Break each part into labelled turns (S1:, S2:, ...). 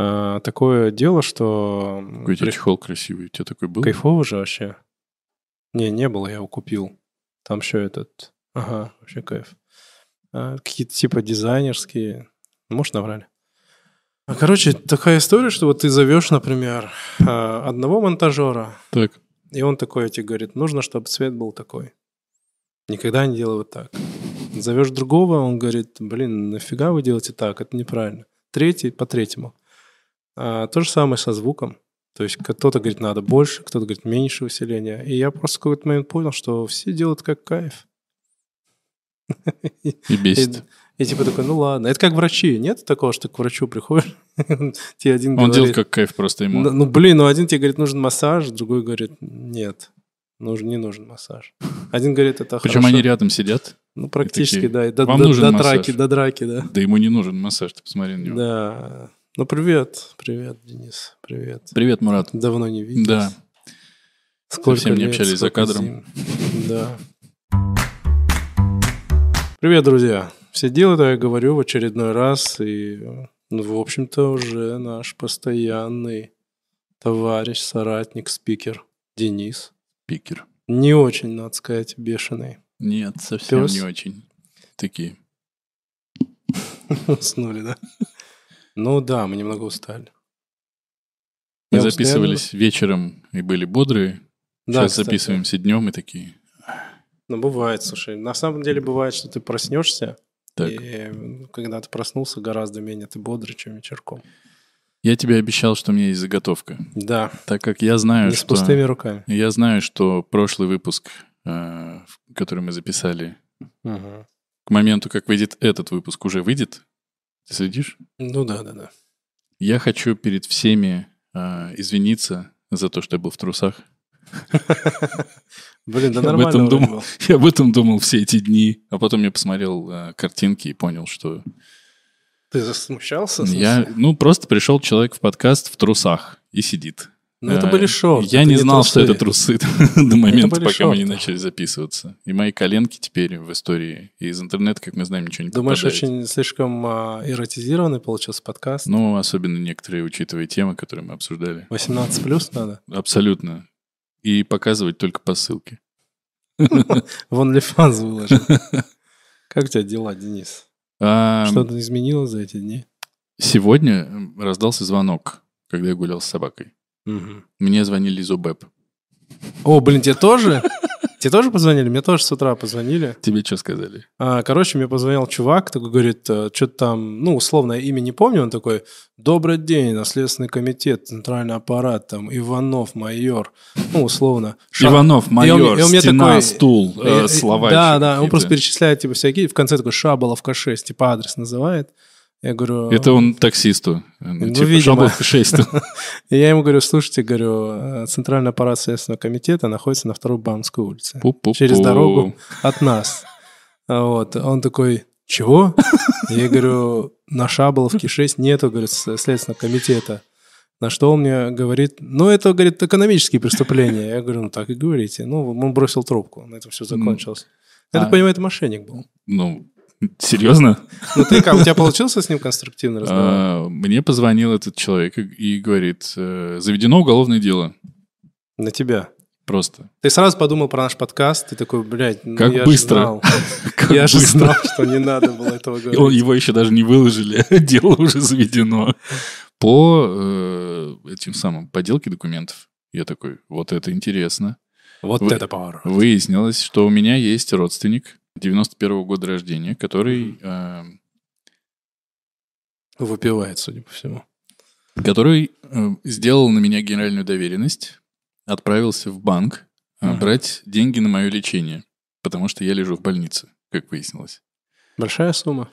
S1: А, такое дело, что...
S2: Какой у тебя
S1: приш-
S2: чехол красивый, у тебя такой был?
S1: Кайфово же вообще. Не, не было, я его купил. Там еще этот... Ага, вообще кайф. А, Какие-то типа дизайнерские. Ну, Может, наврали. А, Короче, такая история, что вот ты зовешь, например, а, одного монтажера,
S2: Так,
S1: и он такой тебе говорит, нужно, чтобы цвет был такой. Никогда не делай вот так. Зовешь другого, он говорит, блин, нафига вы делаете так, это неправильно. Третий по третьему. А, то же самое со звуком. То есть кто-то говорит, надо больше, кто-то говорит, меньше усиления. И я просто в какой-то момент понял, что все делают как кайф.
S2: и бесит.
S1: И типа такой, ну ладно. Это как врачи. Нет такого, что ты к врачу приходишь, тебе один
S2: Он
S1: говорит...
S2: делает как кайф просто ему.
S1: Ну, ну, блин, ну один тебе говорит, нужен массаж, другой говорит, нет, нужен, не нужен массаж. Один говорит, это
S2: Причем
S1: хорошо.
S2: они рядом сидят,
S1: Ну, практически,
S2: такие,
S1: да. и До,
S2: «Вам
S1: до-
S2: нужен
S1: до
S2: массаж».
S1: драки, до драки, да.
S2: да ему не нужен массаж, ты посмотри на него.
S1: Да. Ну, привет, привет, Денис, привет.
S2: Привет, Мурат.
S1: Давно не виделись.
S2: Да, совсем не общались за
S1: сколько
S2: кадром.
S1: зим. Да. Привет, друзья. Все дела, да, я говорю в очередной раз. И, ну, в общем-то, уже наш постоянный товарищ, соратник, спикер Денис.
S2: пикер.
S1: Не очень, надо сказать, бешеный.
S2: Нет, совсем
S1: Пёс.
S2: не очень. Такие.
S1: Уснули, да? Ну да, мы немного устали.
S2: Мы
S1: Я постоянно-
S2: записывались вечером и были бодрые.
S1: Да,
S2: Сейчас
S1: кстати.
S2: записываемся днем и такие.
S1: Ну, бывает, слушай. На самом деле бывает, что ты проснешься,
S2: Так,
S1: и ну, когда ты проснулся, гораздо менее ты бодрый, чем вечерком.
S2: я тебе обещал, что у меня есть заготовка.
S1: Да,
S2: Так как я знаю,
S1: не с
S2: Ну что...
S1: пустыми руками.
S2: Я знаю, что прошлый выпуск, э, в- который мы записали, к моменту, как выйдет этот выпуск, уже выйдет. Ты следишь?
S1: Ну да, да, да.
S2: Я хочу перед всеми э, извиниться за то, что я был в трусах.
S1: Блин, да
S2: Я об
S1: нормально.
S2: этом
S1: вроде
S2: думал.
S1: было.
S2: Я об этом думал все эти дни, а потом я посмотрел э, картинки и понял, что
S1: Ты засмущался? в смысле?
S2: я, ну, просто пришел человек в подкаст в трусах и сидит.
S1: Ну это
S2: Э,
S1: были шорты.
S2: Я не знал, что это
S1: трусы.
S2: трусы до момента,
S1: были
S2: пока мы не
S1: шорты.
S2: начали записываться. И мои коленки теперь в истории и из интернета, как мы знаем, ничего не
S1: Думаешь,
S2: попадает.
S1: очень слишком а, эротизированный получился подкаст?
S2: Ну, особенно некоторые, учитывая темы, которые мы обсуждали.
S1: 18 плюс надо?
S2: Абсолютно. И показывать только по ссылке.
S1: Вон Лифанс выложил. Как у тебя дела, Денис?
S2: А,
S1: Что-то изменилось за эти дни?
S2: Сегодня м, раздался звонок, когда я гулял с собакой. Мне звонили из ОБЭП.
S1: О, блин, тебе тоже? Тебе тоже позвонили? Мне тоже с утра позвонили.
S2: Тебе что сказали?
S1: А, Короче, мне позвонил чувак, такой говорит, что-то там, ну, условное имя не помню, он такой, «Добрый день, Наследственный комитет, центральный аппарат, там, Иванов, майор». Ну, условно. Ша-
S2: Иванов, майор,
S1: И он- и он мне
S2: стена,
S1: такой-
S2: стул,
S1: Э,
S2: э,
S1: э,
S2: слова.
S1: Да,
S2: еще
S1: да, он
S2: какие-то.
S1: просто перечисляет, типа, всякие, в конце такой «Шаболовка 6», типа, адрес называет. Я говорю...
S2: Это он таксисту. э,
S1: Ну,
S2: типа,
S1: видимо.
S2: Шаблов 6.
S1: И я ему говорю, слушайте, говорю, «э, центральный аппарат Следственного комитета находится на второй Банковской улице.
S2: Пу-пу-пу.
S1: Через дорогу от нас. А Вот. Он такой, чего? Я говорю, на Шаболовке 6 нету, говорит, с- Следственного комитета. На что он мне говорит, ну, это, говорит, экономические преступления. Я говорю, ну, так и говорите. Ну, он бросил трубку, на этом все закончилось. Я так
S2: А.
S1: понимаю, это мошенник был.
S2: Ну, серьезно?
S1: Ну, ты как, у тебя получился с ним конструктивный разговор?
S2: А, Мне позвонил этот человек и и говорит, э, заведено уголовное дело.
S1: На тебя.
S2: Просто.
S1: Ты сразу подумал про наш подкаст, ты такой, блядь, ну,
S2: Как
S1: я
S2: быстро.
S1: же знал.
S2: Как
S1: Я же
S2: быстро.
S1: знал, что не надо было этого
S2: И он-
S1: говорить.
S2: его еще даже не выложили, а дело уже заведено. По э, этим самым подделке документов. Я такой, вот это интересно.
S1: Вот
S2: Вы-
S1: это поворот.
S2: Выяснилось, что у меня есть родственник 91 года рождения, который, э,
S1: Выпивает, судя по всему.
S2: который э, сделал на меня генеральную доверенность, отправился в банк э,
S1: Мгм.
S2: брать деньги на мое лечение, потому что я лежу в больнице, как выяснилось.
S1: Большая сумма.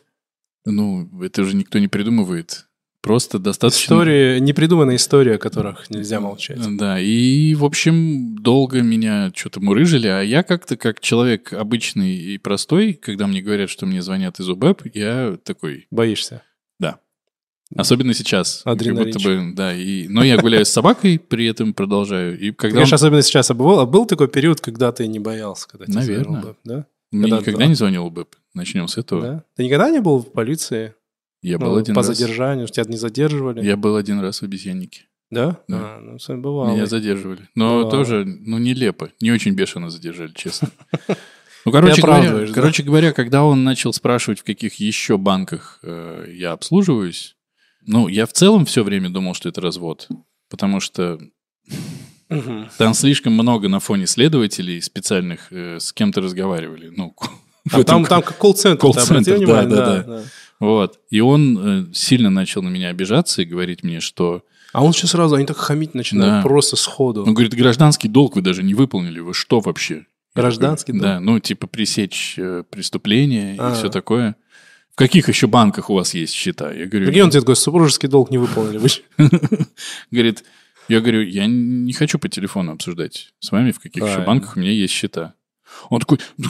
S2: Ну, это же никто не придумывает. Просто достаточно...
S1: Истории, непридуманные истории, о которых нельзя молчать.
S2: Да, и, в общем, долго меня что-то мурыжили, а я как-то, как человек обычный и простой, когда мне говорят, что мне звонят из УБЭП, я такой,
S1: Боишься.
S2: особенно сейчас. как
S1: Адреналинчик.
S2: будто бы, да, и, но я гуляю с собакой, при этом продолжаю. И
S1: Ты,
S2: когда
S1: Конечно,
S2: он
S1: особенно сейчас. А бывал, а был такой период, когда ты не боялся, когда тебе
S2: Наверное.
S1: звонил бэп, да?
S2: мне
S1: когда-
S2: никогда не звонил УБЭП, начнем с этого.
S1: да? Ты никогда не был в полиции?
S2: Я
S1: Ну,
S2: был один
S1: по
S2: раз.
S1: задержанию, тебя не задерживали.
S2: Я был один раз в обезьяннике.
S1: Да?
S2: Да.
S1: А, ну, с вами бывало.
S2: Меня задерживали. Но
S1: Вау.
S2: тоже, ну, нелепо. Не очень бешено задержали, честно. Ну, короче говоря,
S1: оправдываешь, да?
S2: короче говоря, когда он начал спрашивать, в каких еще банках э, я обслуживаюсь, ну, я в целом все время думал, что это развод. Потому что
S1: Мгм.
S2: там слишком много на фоне следователей специальных э, с кем-то разговаривали. Ну, в
S1: А
S2: этом
S1: там, там как колл-центр, ты
S2: колл-центр,
S1: обратил
S2: да,
S1: внимание?
S2: да, Вот. И он э, сильно начал на меня обижаться и говорить мне, что...
S1: А он сейчас сразу, они так хамить
S2: Да. Ну,
S1: начинают, просто сходу.
S2: Он говорит, гражданский долг вы даже не выполнили, вы что вообще? Я
S1: Гражданский
S2: такой,
S1: долг?
S2: Да, ну типа пресечь э, преступление и
S1: А.
S2: все такое. В каких еще банках у вас есть счета? Я говорю,
S1: Прикинь, он тебе такой, супружеский долг не выполнили. Вы ж-
S2: говорит, я говорю, я не хочу по телефону обсуждать с вами, в каких еще
S1: Правильно.
S2: банках у меня есть счета. Он такой... «Ну,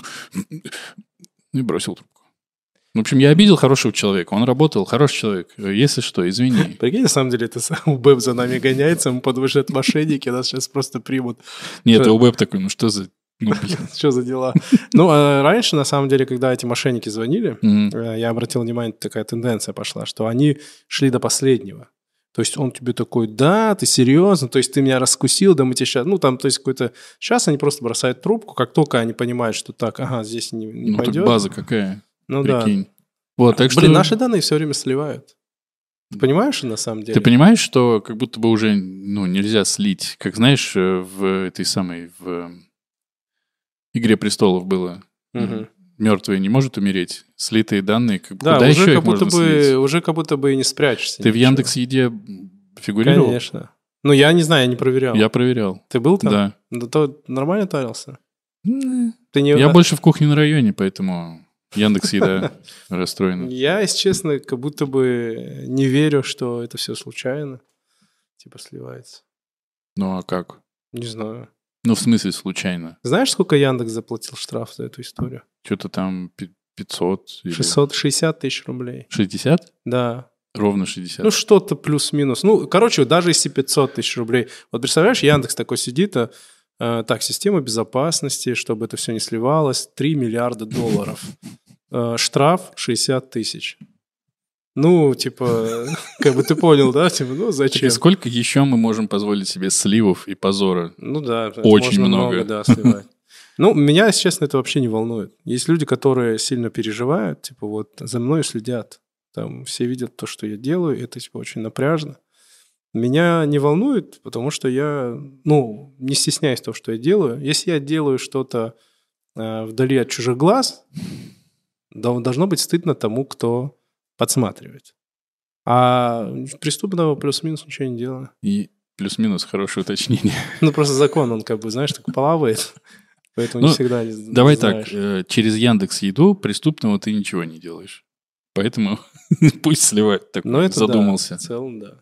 S2: И бросил трубку. В общем, я обидел хорошего человека. Он работал, хороший человек. Если что, извини.
S1: Прикинь, на самом деле, это сам Бэб за нами гоняется, ему подвышают мошенники, нас сейчас просто примут.
S2: Нет,
S1: Что?
S2: ЛБ такой, ну что за... Ну, блин.
S1: Что за дела? Ну, а раньше, на самом деле, когда эти мошенники звонили,
S2: Мгм.
S1: э, я обратил внимание, такая тенденция пошла, что они шли до последнего. То есть он тебе такой, да, ты серьезно, то есть ты меня раскусил, да мы тебе сейчас... Ну, там, то есть какой-то... Сейчас они просто бросают трубку, как только они понимают, что так, ага, здесь не, не
S2: Ну, так
S1: пойдет.
S2: база какая,
S1: ну да.
S2: прикинь. Вот, так что...
S1: Блин, наши данные все время сливают. Ты понимаешь, на самом деле?
S2: Ты понимаешь, что как будто бы уже ну, нельзя слить, как знаешь, э, в этой самой в э, Игре престолов было.
S1: Мгм.
S2: Мертвые не может умереть. Слитые данные, как
S1: Да,
S2: куда еще
S1: уже
S2: их
S1: как будто
S2: можно слить?
S1: бы уже как будто бы и не спрячешься.
S2: Ты в
S1: ничего.
S2: Яндекс Еде фигурировал?
S1: Конечно. Ну, я не знаю, я не проверял.
S2: Я проверял.
S1: Ты был там?
S2: Да.
S1: Да то нормально тарился?
S2: М,
S1: Ты не...
S2: Я больше в кухне на районе, поэтому Яндекс Еда расстроена.
S1: Я, если честно, как будто бы не верю, что это все случайно. Типа сливается.
S2: Ну а как?
S1: Не знаю.
S2: Ну в смысле случайно.
S1: Знаешь, сколько Яндекс заплатил штраф за эту историю?
S2: Что-то там пи- 500 или
S1: 660 тысяч рублей.
S2: 60?
S1: Да.
S2: Ровно 60.
S1: Ну, что-то плюс-минус. Ну, короче, даже если 500 тысяч рублей. Вот представляешь, Яндекс такой сидит, а, э, так, система безопасности, чтобы это все не сливалось, 3 миллиарда долларов. Э, Штраф 60 тысяч. Ну, типа, как бы ты понял, да? Типа, ну,
S2: Так
S1: зачем?
S2: и сколько еще мы можем позволить себе сливов и позора?
S1: Ну да, то есть
S2: Очень
S1: можно
S2: много.
S1: да, сливать. Ну, меня, если честно, это вообще не волнует. Есть люди, которые сильно переживают, типа вот за мной следят. Там все видят то, что я делаю, и это типа очень напряжно. Меня не волнует, потому что я, ну, не стесняюсь того, что я делаю. Если я делаю что-то э, вдали от чужих глаз, дол- должно быть стыдно тому, кто подсматривает. А преступного плюс-минус ничего не делаю.
S2: И плюс-минус хорошее уточнение.
S1: Ну, просто закон, он как бы, знаешь, так плавает. Поэтому
S2: Ну,
S1: не всегда не
S2: Давай
S1: знаешь.
S2: так, э, через Яндекс Еду преступного ты ничего не делаешь. Поэтому пусть сливают. Так
S1: Но Ну, это да,
S2: задумался.
S1: в целом, да.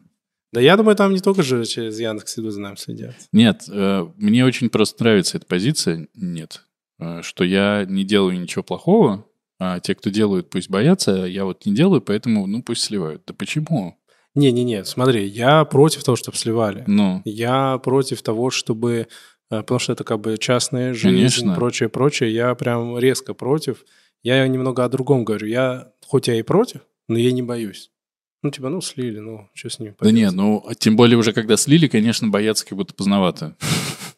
S1: Да я думаю, там не только же через Яндекс идут за нами следят.
S2: Нет, э, мне очень просто нравится эта позиция. Нет, э, что я не делаю ничего плохого, а те, кто делают, пусть боятся, а я вот не делаю, поэтому, ну, пусть сливают. Да почему?
S1: Не-не-не, смотри, я против того, чтобы сливали.
S2: Ну,
S1: Я против того, чтобы... э, Потому что это как бы частная жизнь,
S2: Конечно.
S1: прочее, прочее. Я прям резко против. Я немного о другом говорю. Я, хоть я и против, но я не боюсь. Ну, типа, ну, слили, ну, что с ними
S2: да
S1: поделать?
S2: не, ну, тем более уже когда слили, конечно, бояться как будто поздновато.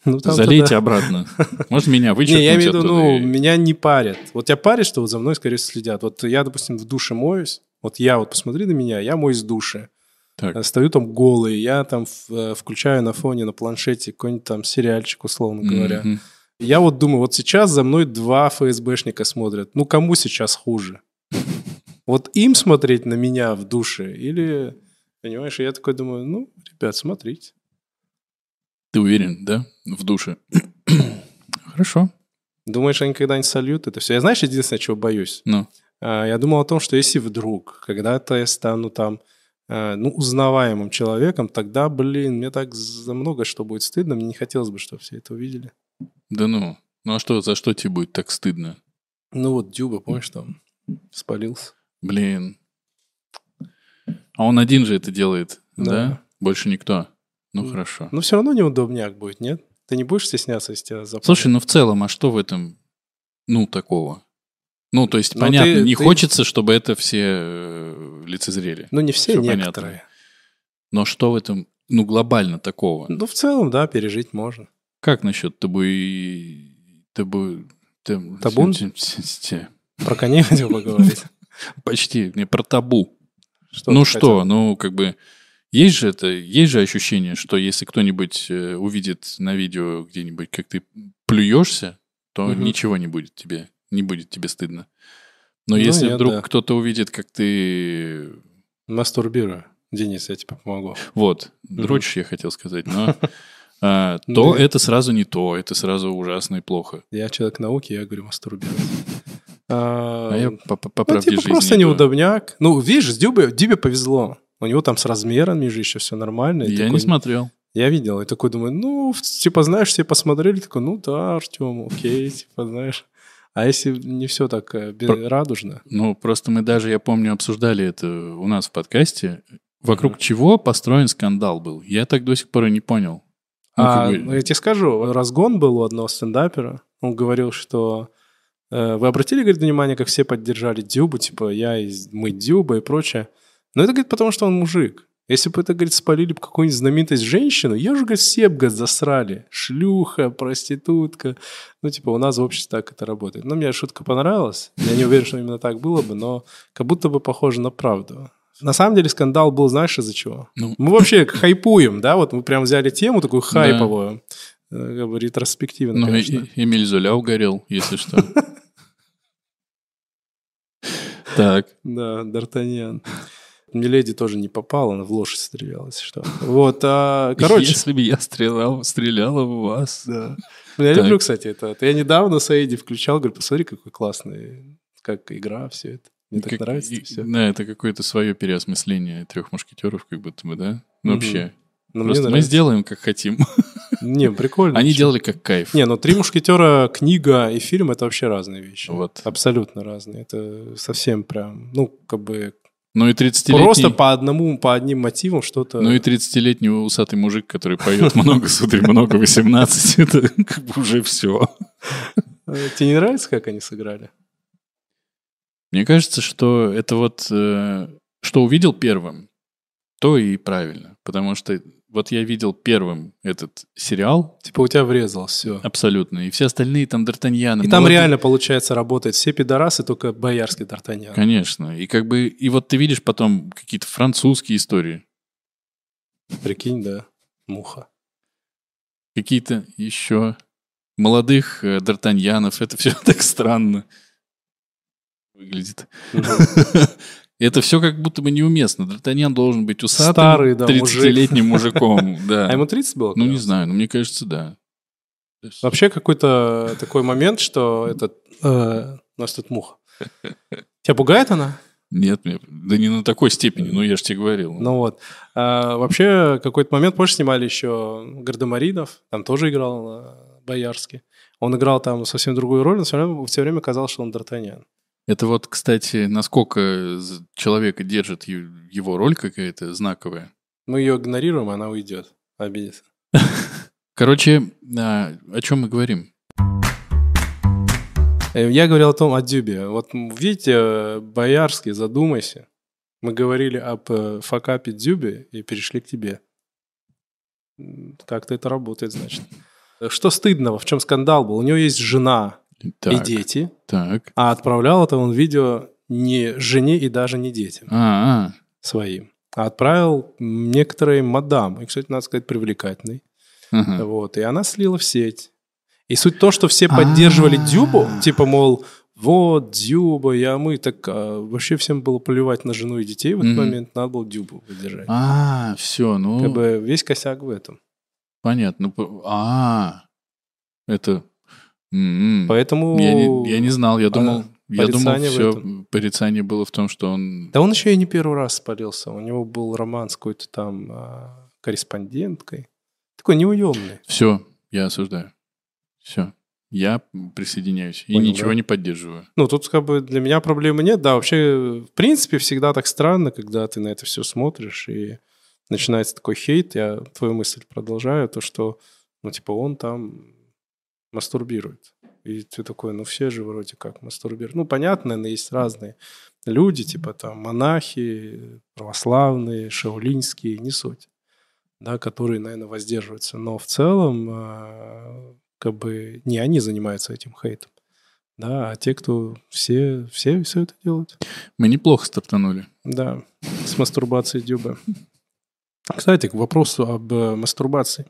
S1: Ну, там-то
S2: Залейте
S1: да.
S2: обратно. Может, меня вычеркнуть
S1: Не, я имею в виду,
S2: оттуда
S1: ну,
S2: и-
S1: меня не парит. Вот тебя парит, что вот за мной, скорее всего, следят. Вот я, допустим, в душе моюсь. Вот я, вот посмотри на меня, я моюсь в душе.
S2: Так.
S1: Э, Стою там голый, я там в- э, включаю на фоне, на планшете какой-нибудь там сериальчик, условно говоря.
S2: Мгм.
S1: Я вот думаю, вот сейчас за мной два ФСБшника смотрят. Ну, кому сейчас хуже? Вот им смотреть на меня в душе или... Понимаешь, и я такой думаю, ну, ребят, смотрите.
S2: Ты уверен, да? В душе. Хорошо.
S1: Думаешь, они когда-нибудь сольют это все? Я знаешь, единственное, чего боюсь?
S2: Ну.
S1: А, Я думал о том, что если вдруг когда-то я стану там, э, ну, узнаваемым человеком, тогда, блин, мне так за много что будет стыдно, мне не хотелось бы, чтобы все это увидели.
S2: Да ну. Ну а что, за что тебе будет так стыдно?
S1: Ну вот Дюба, помнишь, там спалился.
S2: Блин. А он один же это делает, да?
S1: Да.
S2: Больше никто. Ну
S1: Ну,
S2: хорошо.
S1: Но все равно неудобняк будет, нет?
S2: ну,
S1: Ты не будешь стесняться, если тебя запомнят?
S2: Слушай, ну в целом, а что в этом, ну, такого? Ну, то есть,
S1: Но
S2: понятно,
S1: ты-
S2: не
S1: ты-
S2: хочется, чтобы это все э, лицезрели.
S1: Ну, не все,
S2: Всё понятно.
S1: некоторые.
S2: Но что в этом, ну, глобально такого?
S1: Ну, в целом, да, пережить можно.
S2: Как насчет табу... табу... тем-
S1: Табун?
S2: тем- тем- тем-
S1: Про коней хотел поговорить.
S2: Почти, не про табу.
S1: Что
S2: ну
S1: ты
S2: что,
S1: хотел?
S2: ну как бы есть же это, есть же ощущение, что если кто-нибудь э, увидит на видео где-нибудь, как ты плюешься, то
S1: Мгм.
S2: ничего не будет тебе, не будет тебе стыдно. Но
S1: Ну,
S2: если
S1: я
S2: вдруг
S1: да.
S2: кто-то увидит, как ты
S1: Мастурбирую. Денис, я тебе помогу.
S2: Вот, дрочишь, я хотел сказать, но а,
S1: Ну,
S2: то
S1: да.
S2: это сразу не то, это сразу ужасно и плохо.
S1: Я человек науки, я говорю мастурбирую.
S2: А
S1: А,
S2: я
S1: ну,
S2: по, по- по правде
S1: типа
S2: жизни
S1: просто
S2: иду.
S1: неудобняк. Ну, видишь, с Дюбе, Дюбе повезло. У него там с размерами же еще все нормально. И
S2: Я не
S1: такой,
S2: смотрел.
S1: Я видел, и такой думаю, ну, в- типа, знаешь, все посмотрели, такой, ну да, Артем, окей, типа, знаешь. А если не все так э, бе-
S2: Про-
S1: радужно?
S2: Ну, просто мы даже, я помню, обсуждали это у нас в подкасте. Вокруг чего построен скандал был? Я так до сих пор и не понял. Ну,
S1: А,
S2: как бы,
S1: ну, я тебе скажу, разгон был у одного стендапера. Он говорил, что э, вы обратили, говорит, внимание, как все поддержали Дюбу, типа я и з- мы Дюба и прочее. Но это, говорит, потому что он мужик. Если бы это, говорит, спалили бы какую-нибудь знаменитость женщину, ее же, говорит, все бы, говорит, засрали. Шлюха, проститутка. Ну, типа, у нас в обществе так это работает. Но мне шутка понравилась. Я не уверен, что именно так было бы, но как будто бы похоже на правду. На самом деле скандал был, знаешь, из-за чего?
S2: Ну.
S1: Мы вообще хайпуем, да? Вот мы прям взяли тему такую хайповую, э, как бы ретроспективно,
S2: ну,
S1: конечно.
S2: и- Эмиль Золя угорел, если что. Так.
S1: Да, Д'Артаньян. Миледи тоже не попала, она в лошадь стреляла, если что. Вот, а, короче...
S2: Если бы я стрелял, стреляла в вас.
S1: Да. Ну, Я
S2: Так.
S1: люблю, кстати, это. Я недавно Саиди включал, говорю, посмотри, какой классный, как игра, все это. Мне так
S2: Как-
S1: нравится
S2: и-
S1: все.
S2: Да, это какое-то свое переосмысление трех мушкетеров, как будто бы, да? Ну,
S1: Мгм.
S2: Вообще.
S1: Но мне
S2: Просто мы
S1: нравится.
S2: сделаем, как хотим.
S1: Не, прикольно.
S2: Они
S1: очень.
S2: делали как кайф.
S1: Не, ну «Три мушкетера», книга и фильм — это вообще разные вещи.
S2: Вот.
S1: Абсолютно разные. Это совсем прям, ну, как бы...
S2: Ну и 30-летний...
S1: Просто по одному, по одним мотивам что-то...
S2: Ну и 30-летний усатый мужик, который поет много с утра, много 18, это как бы уже все.
S1: Э, Тебе не нравится, как они сыграли?
S2: Мне кажется, что это вот, э, что увидел первым, то и правильно. Потому что вот я видел первым этот сериал
S1: Типа у тебя врезалось все.
S2: абсолютно, и все остальные там Д'Артаньяны.
S1: И там
S2: молодые-
S1: реально, получается, работают все пидорасы, только боярский Д'Артаньян.
S2: Конечно. И как бы, и вот ты видишь потом какие-то французские истории,
S1: Прикинь, да. Муха.
S2: какие-то еще молодых э, Д'Артаньянов. Это все так странно выглядит. Это все как будто бы неуместно. Д'Артаньян должен быть усатым,
S1: Старый, да, мужик.
S2: 30-летним мужиком.
S1: А
S2: Да.
S1: ему 30 было?
S2: Ну, не
S1: когда?
S2: знаю, но мне кажется, да. То есть-
S1: Вообще какой-то такой момент, что этот... э, У нас тут муха. Тебя пугает она?
S2: Нет, мне- да не на такой степени, ну я же тебе говорил.
S1: Ну вот. А, вообще, какой-то момент, позже снимали еще Гардемаринов, там тоже играл э, Боярский. Он играл там совсем другую роль, но все время, все время казалось, что он Д'Артаньян.
S2: Это вот, кстати, насколько з- человека держит е- его роль какая-то знаковая.
S1: Мы ее игнорируем, и она уйдет, обидится.
S2: Короче, а, о чем мы говорим?
S1: Э, Я говорил о том, о Дюбе. Вот м, видите, э, Боярский, задумайся. Мы говорили об э, факапе Дюбе и перешли к тебе. М, Как-то это работает, значит. Э, Что стыдного, в чем скандал был? У него есть жена и
S2: Так,
S1: дети,
S2: так.
S1: а отправлял это он видео не жене и даже не детям
S2: А, а,
S1: своим. А отправил м, некоторой мадам, и, кстати, надо сказать, привлекательной.
S2: ага.
S1: Вот, и она слила в сеть. И суть то, что все поддерживали
S2: А-а-а.
S1: Дюбу, типа, мол, вот, Дюба, я мы, так а, вообще всем было плевать на жену и детей в этот
S2: Мгм.
S1: момент, надо было Дюбу поддержать.
S2: А, все, ну,
S1: Как бы весь косяк в этом.
S2: понятно. П- А, это... м,
S1: Поэтому... а,
S2: Я не, я не знал, я думал, я думал,
S1: порицание в
S2: все
S1: этом.
S2: порицание было в том, что он...
S1: Да он еще и не первый раз спалился. У него был роман с какой-то там а, корреспонденткой. Такой неуемный.
S2: Все, я осуждаю. Все. Я присоединяюсь и
S1: Понял,
S2: ничего
S1: да?
S2: не поддерживаю.
S1: Ну, тут как бы для меня проблемы нет. Да, вообще, в принципе, всегда так странно, когда ты на это все смотришь, и начинается такой хейт. Я твою мысль продолжаю, то, что, ну, типа, он там мастурбирует. И ты такой, ну все же вроде как мастурбируют. Ну, понятно, но есть разные люди, типа там монахи, православные, шаулинские, не суть, да, которые, наверное, воздерживаются. Но в целом, э, как бы, не они занимаются этим хейтом, да, а те, кто все, все, все это делают.
S2: Мы неплохо стартанули.
S1: Да, с мастурбацией дюбы. Кстати, к вопросу об э, мастурбации.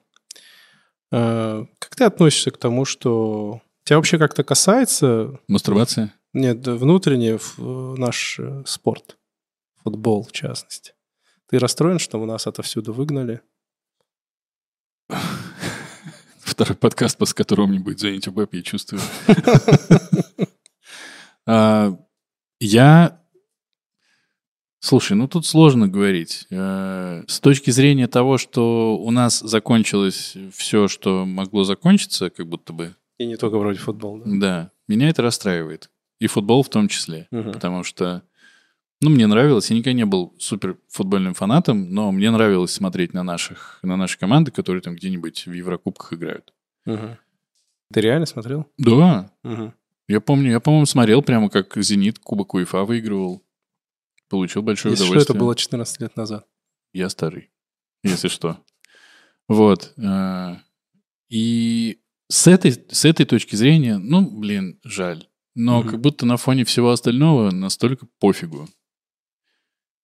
S1: Э, Как ты относишься к тому, что тебя вообще как-то касается,
S2: Мастурбация?
S1: нет, внутренний ф- наш э, спорт, футбол в частности? Ты расстроен, что у нас отовсюду выгнали?
S2: Второй подкаст, после которого мне будет звонить УБЭП, я чувствую. А, Я... Слушай, ну тут сложно говорить. Э, С точки зрения того, что у нас закончилось все, что могло закончиться, как будто бы,
S1: И не только вроде футбол, да?
S2: да, меня это расстраивает. И футбол в том числе.
S1: Мгм.
S2: Потому что, ну, мне нравилось. Я никогда не был супер футбольным фанатом, но мне нравилось смотреть на наших, на наши команды, которые там где-нибудь в Еврокубках играют.
S1: Мгм. Ты реально смотрел?
S2: Да,
S1: Мгм.
S2: я помню, я, по-моему, смотрел прямо, как «Зенит» Кубок УЕФА выигрывал. Получил большое
S1: Если что,
S2: удовольствие.
S1: это было 14 лет назад.
S2: Я старый, если что. Вот. э, И с этой, с этой точки зрения, ну, блин, жаль. Но
S1: Мгм.
S2: как будто на фоне всего остального настолько пофигу.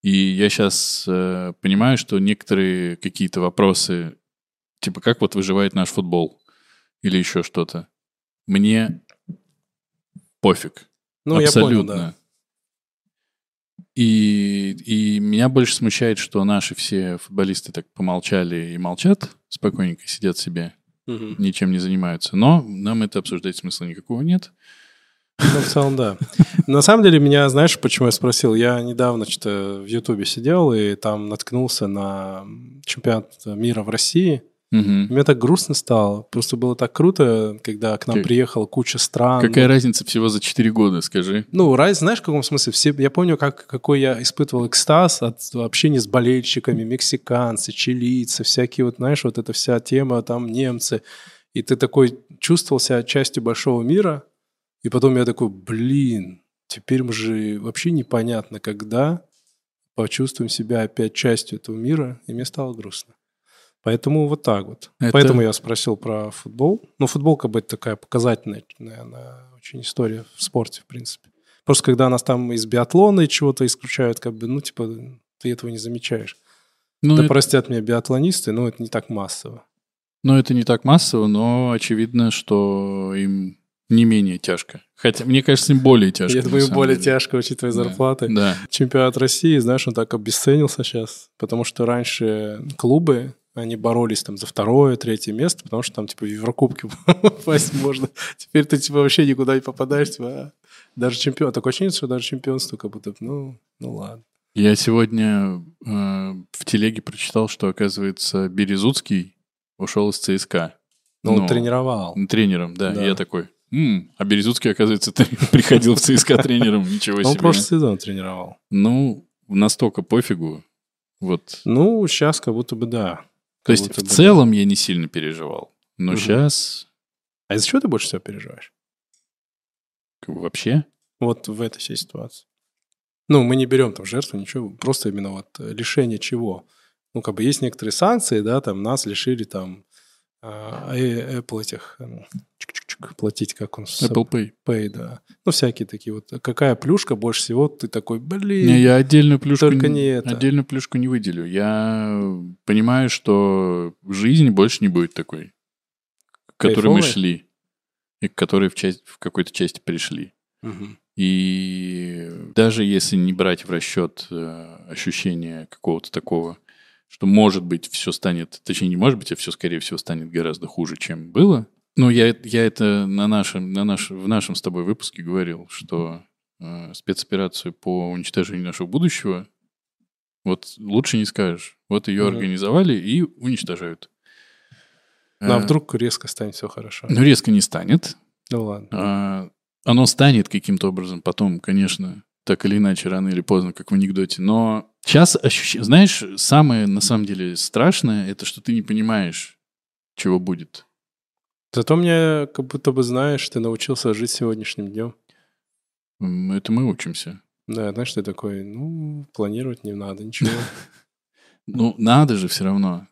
S2: И я сейчас понимаю, что некоторые какие-то вопросы, типа, как вот выживает наш футбол или еще что-то, мне пофиг.
S1: Ну, я
S2: Абсолютно.
S1: понял, да.
S2: И, и меня больше смущает, что наши все футболисты так помолчали и молчат, спокойненько сидят себе,
S1: Мгм.
S2: ничем не занимаются. Но нам это обсуждать смысла никакого нет.
S1: Ну, в целом, да. На самом деле, меня, знаешь, почему я спросил? Я недавно что-то в Ютубе сидел и там наткнулся на чемпионат мира в России.
S2: Мгм.
S1: Мне так грустно стало. Просто было так круто, когда к нам
S2: Как-
S1: приехала куча стран.
S2: Какая разница всего за 4 года, скажи?
S1: Ну, раз, знаешь, в каком смысле? Все, я помню, как, какой я испытывал экстаз от общения с болельщиками, мексиканцы, чилийцы, всякие вот, знаешь, вот эта вся тема, там немцы. И ты такой чувствовал себя частью большого мира, и потом я такой, блин, теперь мы же вообще непонятно, когда почувствуем себя опять частью этого мира, и мне стало грустно. Поэтому вот так вот.
S2: Это-
S1: Поэтому я спросил про футбол. Ну, футбол как бы это такая показательная, наверное, очень история в спорте, в принципе. Просто когда нас там из биатлона и чего-то исключают, как бы, ну, типа, ты этого не замечаешь.
S2: Ну,
S1: да
S2: это,
S1: простят меня биатлонисты, но это не так массово.
S2: ну, это не так массово, но очевидно, что им не менее тяжко. Хотя, мне кажется, им более тяжко.
S1: Я
S2: на
S1: думаю,
S2: самом
S1: более
S2: деле.
S1: тяжко, учитывая
S2: Да.
S1: зарплаты.
S2: Да.
S1: Чемпионат России, знаешь, он так обесценился сейчас, потому что раньше клубы, они боролись там за второе, третье место, потому что там типа в Еврокубке попасть можно. Теперь ты типа вообще никуда не попадаешь, типа, а, даже чемпион. Такое ощущение, что даже чемпионство как будто, ну, ну ладно.
S2: Я сегодня э, в телеге прочитал, что, оказывается, Березуцкий ушел из ЦСКА.
S1: Но
S2: Ну,
S1: он тренировал.
S2: Тренером, да.
S1: Да.
S2: И я такой, «М, а Березуцкий, оказывается, трен- приходил в ЦСКА тренером. Ничего
S1: Ну, Он
S2: себе.
S1: прошлый сезон тренировал.
S2: Ну, настолько пофигу. Вот.
S1: Ну, сейчас как будто бы да.
S2: То
S1: Как
S2: есть,
S1: будто
S2: в
S1: бы.
S2: целом я не сильно переживал. Но
S1: Мгм.
S2: сейчас
S1: А из-за чего ты больше всего переживаешь?
S2: вообще...
S1: Вот в этой всей ситуации. Ну, мы не берем там жертву, ничего, просто именно вот э, лишение чего. Ну, как бы есть некоторые санкции, да, там нас лишили там а, э, Apple этих эм, чик-чик-чик, платить, как он с
S2: Apple Pay.
S1: Pay, да. Ну, всякие такие вот. Какая плюшка больше всего? Ты такой, блин.
S2: Не, я отдельную плюшку,
S1: только
S2: н-
S1: не это.
S2: отдельную плюшку не выделю. Я понимаю, что жизнь больше не будет такой, к которой мы
S1: Кайфовая?
S2: шли и к которой в, часть, в какой-то части пришли.
S1: Мгм.
S2: И даже если не брать в расчет э, ощущение какого-то такого, что может быть все станет, точнее не может быть, а все скорее всего станет гораздо хуже, чем было. Ну я э- я это на нашем на наш в нашем с тобой выпуске говорил, что э, спецоперацию по уничтожению нашего будущего вот лучше не скажешь. Вот ее
S1: Мгм.
S2: организовали и уничтожают.
S1: Ну, а
S2: Э,
S1: вдруг резко станет все хорошо?
S2: ну резко не станет,
S1: Ну, ладно.
S2: а, оно станет каким-то образом потом, конечно, так или иначе, рано или поздно, как в анекдоте. Но сейчас ощущение... Знаешь, самое, на самом деле, страшное, это что ты не понимаешь, чего будет.
S1: Зато мне как будто бы знаешь, ты научился жить сегодняшним днем.
S2: М, Это мы учимся.
S1: Да, знаешь, ты такой, ну, планировать не надо ничего.
S2: Ну, надо же все равно.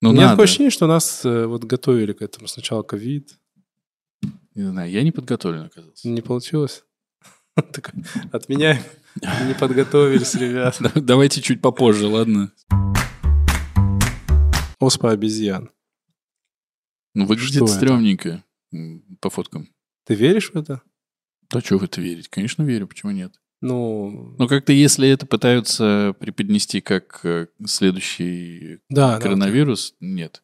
S2: Ну,
S1: У меня
S2: надо.
S1: такое ощущение, что нас э, вот готовили к этому. Сначала ковид,
S2: Не знаю, я не подготовлен, оказался.
S1: не получилось. Такой, Отменяем. Не подготовились, ребят.
S2: Да, Давайте чуть попозже, ладно?
S1: Оспа обезьян.
S2: Ну,
S1: Что
S2: выглядит
S1: это?
S2: стрёмненько м, по фоткам.
S1: Ты веришь в это?
S2: Да что в это верить? Конечно, верю, почему нет?
S1: Ну,
S2: Ну, как-то если это пытаются преподнести как э, следующий
S1: да, да.
S2: коронавирус, нет.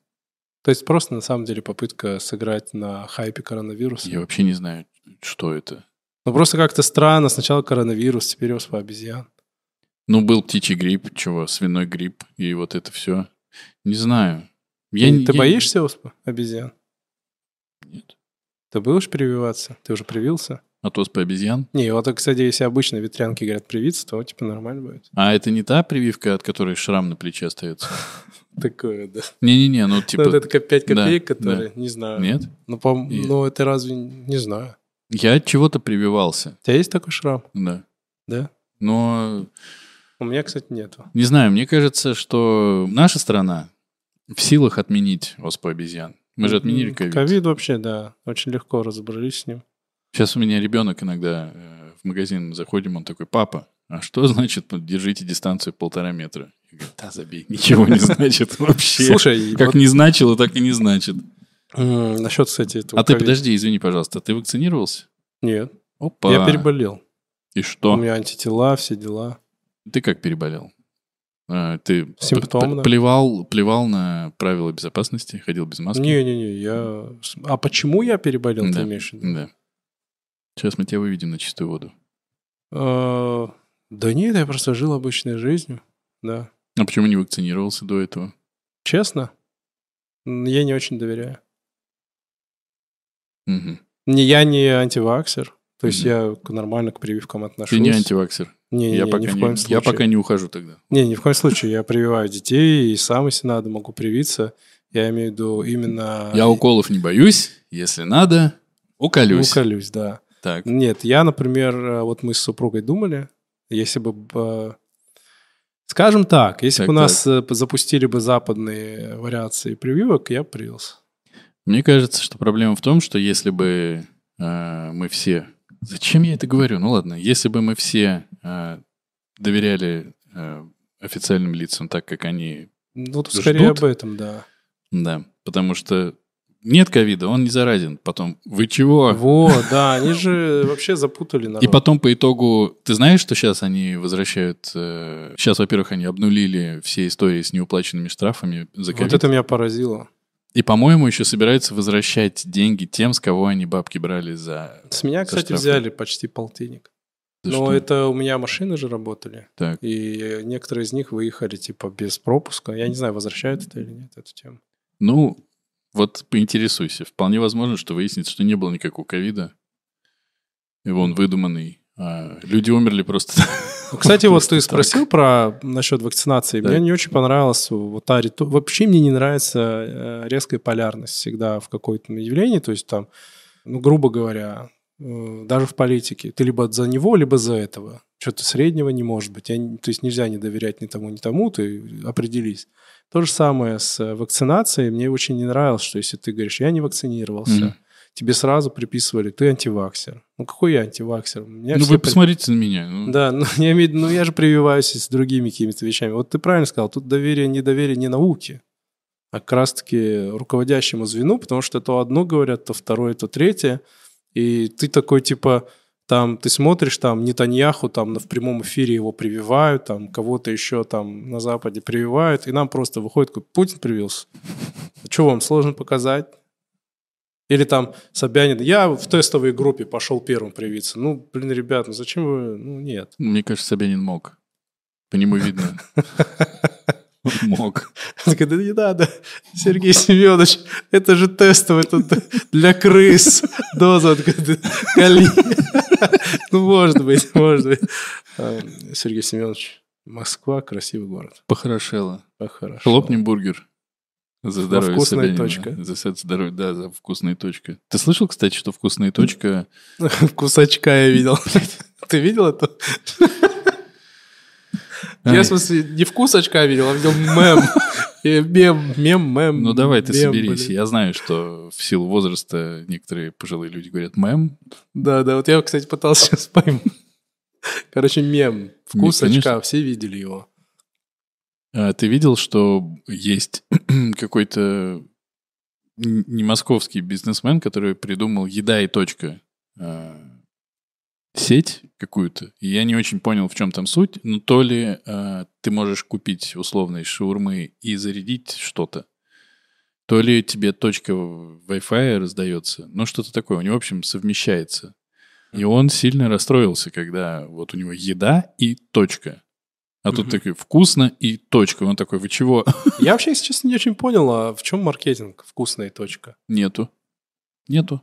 S1: То есть просто на самом деле попытка сыграть на хайпе коронавируса.
S2: Я вообще не знаю, что это.
S1: Ну просто как-то странно. Сначала коронавирус, теперь оспа обезьян.
S2: Ну, был птичий грипп, чего, свиной грипп и вот это все. Не знаю. Я, не-
S1: ты
S2: я-
S1: боишься оспы обезьян?
S2: Нет.
S1: Ты будешь перевиваться? Ты уже привился?
S2: От оспы обезьян.
S1: Не, вот, кстати, если обычно ветрянки говорят привиться, то типа нормально будет.
S2: А это не та прививка, от которой шрам на плече остается?
S1: Такое, да.
S2: Не-не-не, ну,
S1: Ну, вот
S2: типа...
S1: это как 5
S2: да,
S1: копеек,
S2: да.
S1: которые, не знаю.
S2: Нет?
S1: Ну, по
S2: И-
S1: ну, это разве, не знаю.
S2: Я от чего-то прививался,
S1: У тебя есть такой шрам?
S2: да.
S1: Да.
S2: Но,
S1: У меня, кстати, нету.
S2: не знаю, мне кажется, что наша страна в силах отменить оспу обезьян. Мы же отменили
S1: М,
S2: ковид.
S1: Ковид вообще, да. Очень легко разобрались с ним.
S2: Сейчас у меня ребенок иногда э, в магазин заходим, он такой, папа, а что значит ну, держите дистанцию полтора метра? Я говорю, да забей, ничего не значит вообще.
S1: Слушай,
S2: Как не значило, так и не значит.
S1: насчет, кстати, этого
S2: А ты
S1: ковида.
S2: подожди, извини, пожалуйста, ты вакцинировался?
S1: Нет,
S2: Опа.
S1: я переболел.
S2: И
S1: У
S2: что?
S1: меня антитела, все дела.
S2: Ты как переболел? А, Ты п-
S1: Симптомно.
S2: п- плевал, плевал на правила безопасности, ходил без маски?
S1: Не-не-не, я... А почему я переболел,
S2: Да.
S1: ты имеешь в виду?
S2: Да. Сейчас мы тебя выведем на чистую воду.
S1: Э, Да нет, я просто жил обычной жизнью, да.
S2: А почему не вакцинировался до этого?
S1: Честно, м, я не очень доверяю.
S2: Мгм.
S1: Не, я не антиваксер, то есть
S2: Мгм.
S1: я к- нормально к прививкам отношусь.
S2: Ты не антиваксер.
S1: Не, не,
S2: я,
S1: не,
S2: пока
S1: ни в
S2: не,
S1: коем
S2: я
S1: случае.
S2: пока не ухожу тогда.
S1: Не, ни в коем случае. Я прививаю детей, и сам, если надо, могу привиться. Я имею в виду именно...
S2: Я уколов не боюсь. Если надо, уколюсь.
S1: Уколюсь, да.
S2: Так.
S1: Нет, я, например, э, вот мы с супругой думали, если бы, э, скажем так, если
S2: Так,
S1: бы у нас э, п- запустили бы западные вариации прививок, я бы привился.
S2: Мне кажется, что проблема в том, что если бы э, мы все... Зачем я это говорю? Ну ладно, если бы мы все э, доверяли э, официальным лицам так, как они...
S1: Ну, тут
S2: Ждут?
S1: скорее об этом, да.
S2: Да, потому что нет ковида, он не заразен. Потом, вы чего?
S1: Вот, да, они же вообще запутали народ.
S2: И потом по итогу, ты знаешь, что сейчас они возвращают... сейчас, во-первых, они обнулили все истории с неуплаченными штрафами за
S1: Вот
S2: ковид.
S1: это меня поразило.
S2: И, по-моему, еще собираются возвращать деньги тем, с кого они бабки брали за...
S1: С меня,
S2: Со
S1: кстати,
S2: штрафом.
S1: взяли почти полтинник.
S2: за
S1: Но
S2: что?
S1: Ну, это у меня машины же работали,
S2: Так.
S1: и некоторые из них выехали типа без пропуска. Я не знаю, возвращают это или нет, эту тему.
S2: Ну, вот поинтересуйся. Вполне возможно, что выяснится, что не было никакого ковида. И он выдуманный. А люди умерли просто...
S1: Ну, Кстати, вот
S2: Просто
S1: ты
S2: так.
S1: спросил про насчет вакцинации.
S2: Да.
S1: Мне не очень понравилась вот та риту- Вообще мне не нравится э, резкая полярность всегда в какой-то явлении. То есть там, ну, грубо говоря, э, даже в политике. Ты либо за него, либо за этого. Что-то среднего не может быть. Я не- то есть нельзя не доверять ни тому, ни тому. Ты определись. То же самое с э, вакцинацией. Мне очень не нравилось, что если ты говоришь, я не вакцинировался,
S2: Мгм.
S1: тебе сразу приписывали, ты антиваксер. Ну какой я антиваксер? Меня
S2: Ну,
S1: все
S2: вы
S1: при-
S2: посмотрите на меня. Ну,
S1: да, ну я, имею в виду, ну я же прививаюсь и с другими какими-то вещами. Вот ты правильно сказал, тут доверие, недоверие не науке, а как раз-таки руководящему звену, потому что то одно говорят, то второе, то третье. И ты такой типа, там, ты смотришь, там, Нетаньяху, там, на- в прямом эфире его прививают, там, кого-то еще там на Западе прививают, и нам просто выходит, какой Путин привился. Что вам, сложно показать? Или там Собянин, я в тестовой группе пошел первым привиться. Ну, блин, ребят, ну зачем вы, ну нет.
S2: Мне кажется, Собянин мог. По нему видно. Он Мог.
S1: Он такой, да не надо, Сергей Семенович, это же тестовый, это для крыс. Доза, Он такой, «Да, коли». Ну, может быть, может быть. А, Сергей Семенович, Москва, красивый город.
S2: Похорошело.
S1: Как хорошо.
S2: Хлопнем бургер. За здоровье
S1: вкусная
S2: Собянина.
S1: точка.
S2: За сад здоровья, да, за вкусная точка. Ты слышал, кстати, что вкусная точка...
S1: Кусачка я видел. Ты видел это? Я,
S2: Ай,
S1: в смысле, не вкус очка видел, а видел мем. И Мем, мем, мем.
S2: Ну давай, ты
S1: мем,
S2: соберись.
S1: блин.
S2: Я знаю, что в силу возраста некоторые пожилые люди говорят мем.
S1: Да, да, вот я, кстати, пытался сейчас пойму. Короче, мем. Вкус
S2: Не, конечно.
S1: очка, все видели его.
S2: А ты видел, что есть какой-то н- не московский бизнесмен, который придумал еда и точка а, сеть какую-то. И я не очень понял, в чем там суть. Но то ли а, ты можешь купить условные шаурмы и зарядить что-то, то ли тебе точка Wi-Fi раздается. Ну, что-то такое. У него, в общем, совмещается. И он сильно расстроился, когда вот у него еда и точка. А тут
S1: Мгм.
S2: такой вкусно и точка. Он такой, вы чего?
S1: Я вообще, если честно, не очень понял, а в чем маркетинг «вкусная точка»?
S2: Нету. Нету.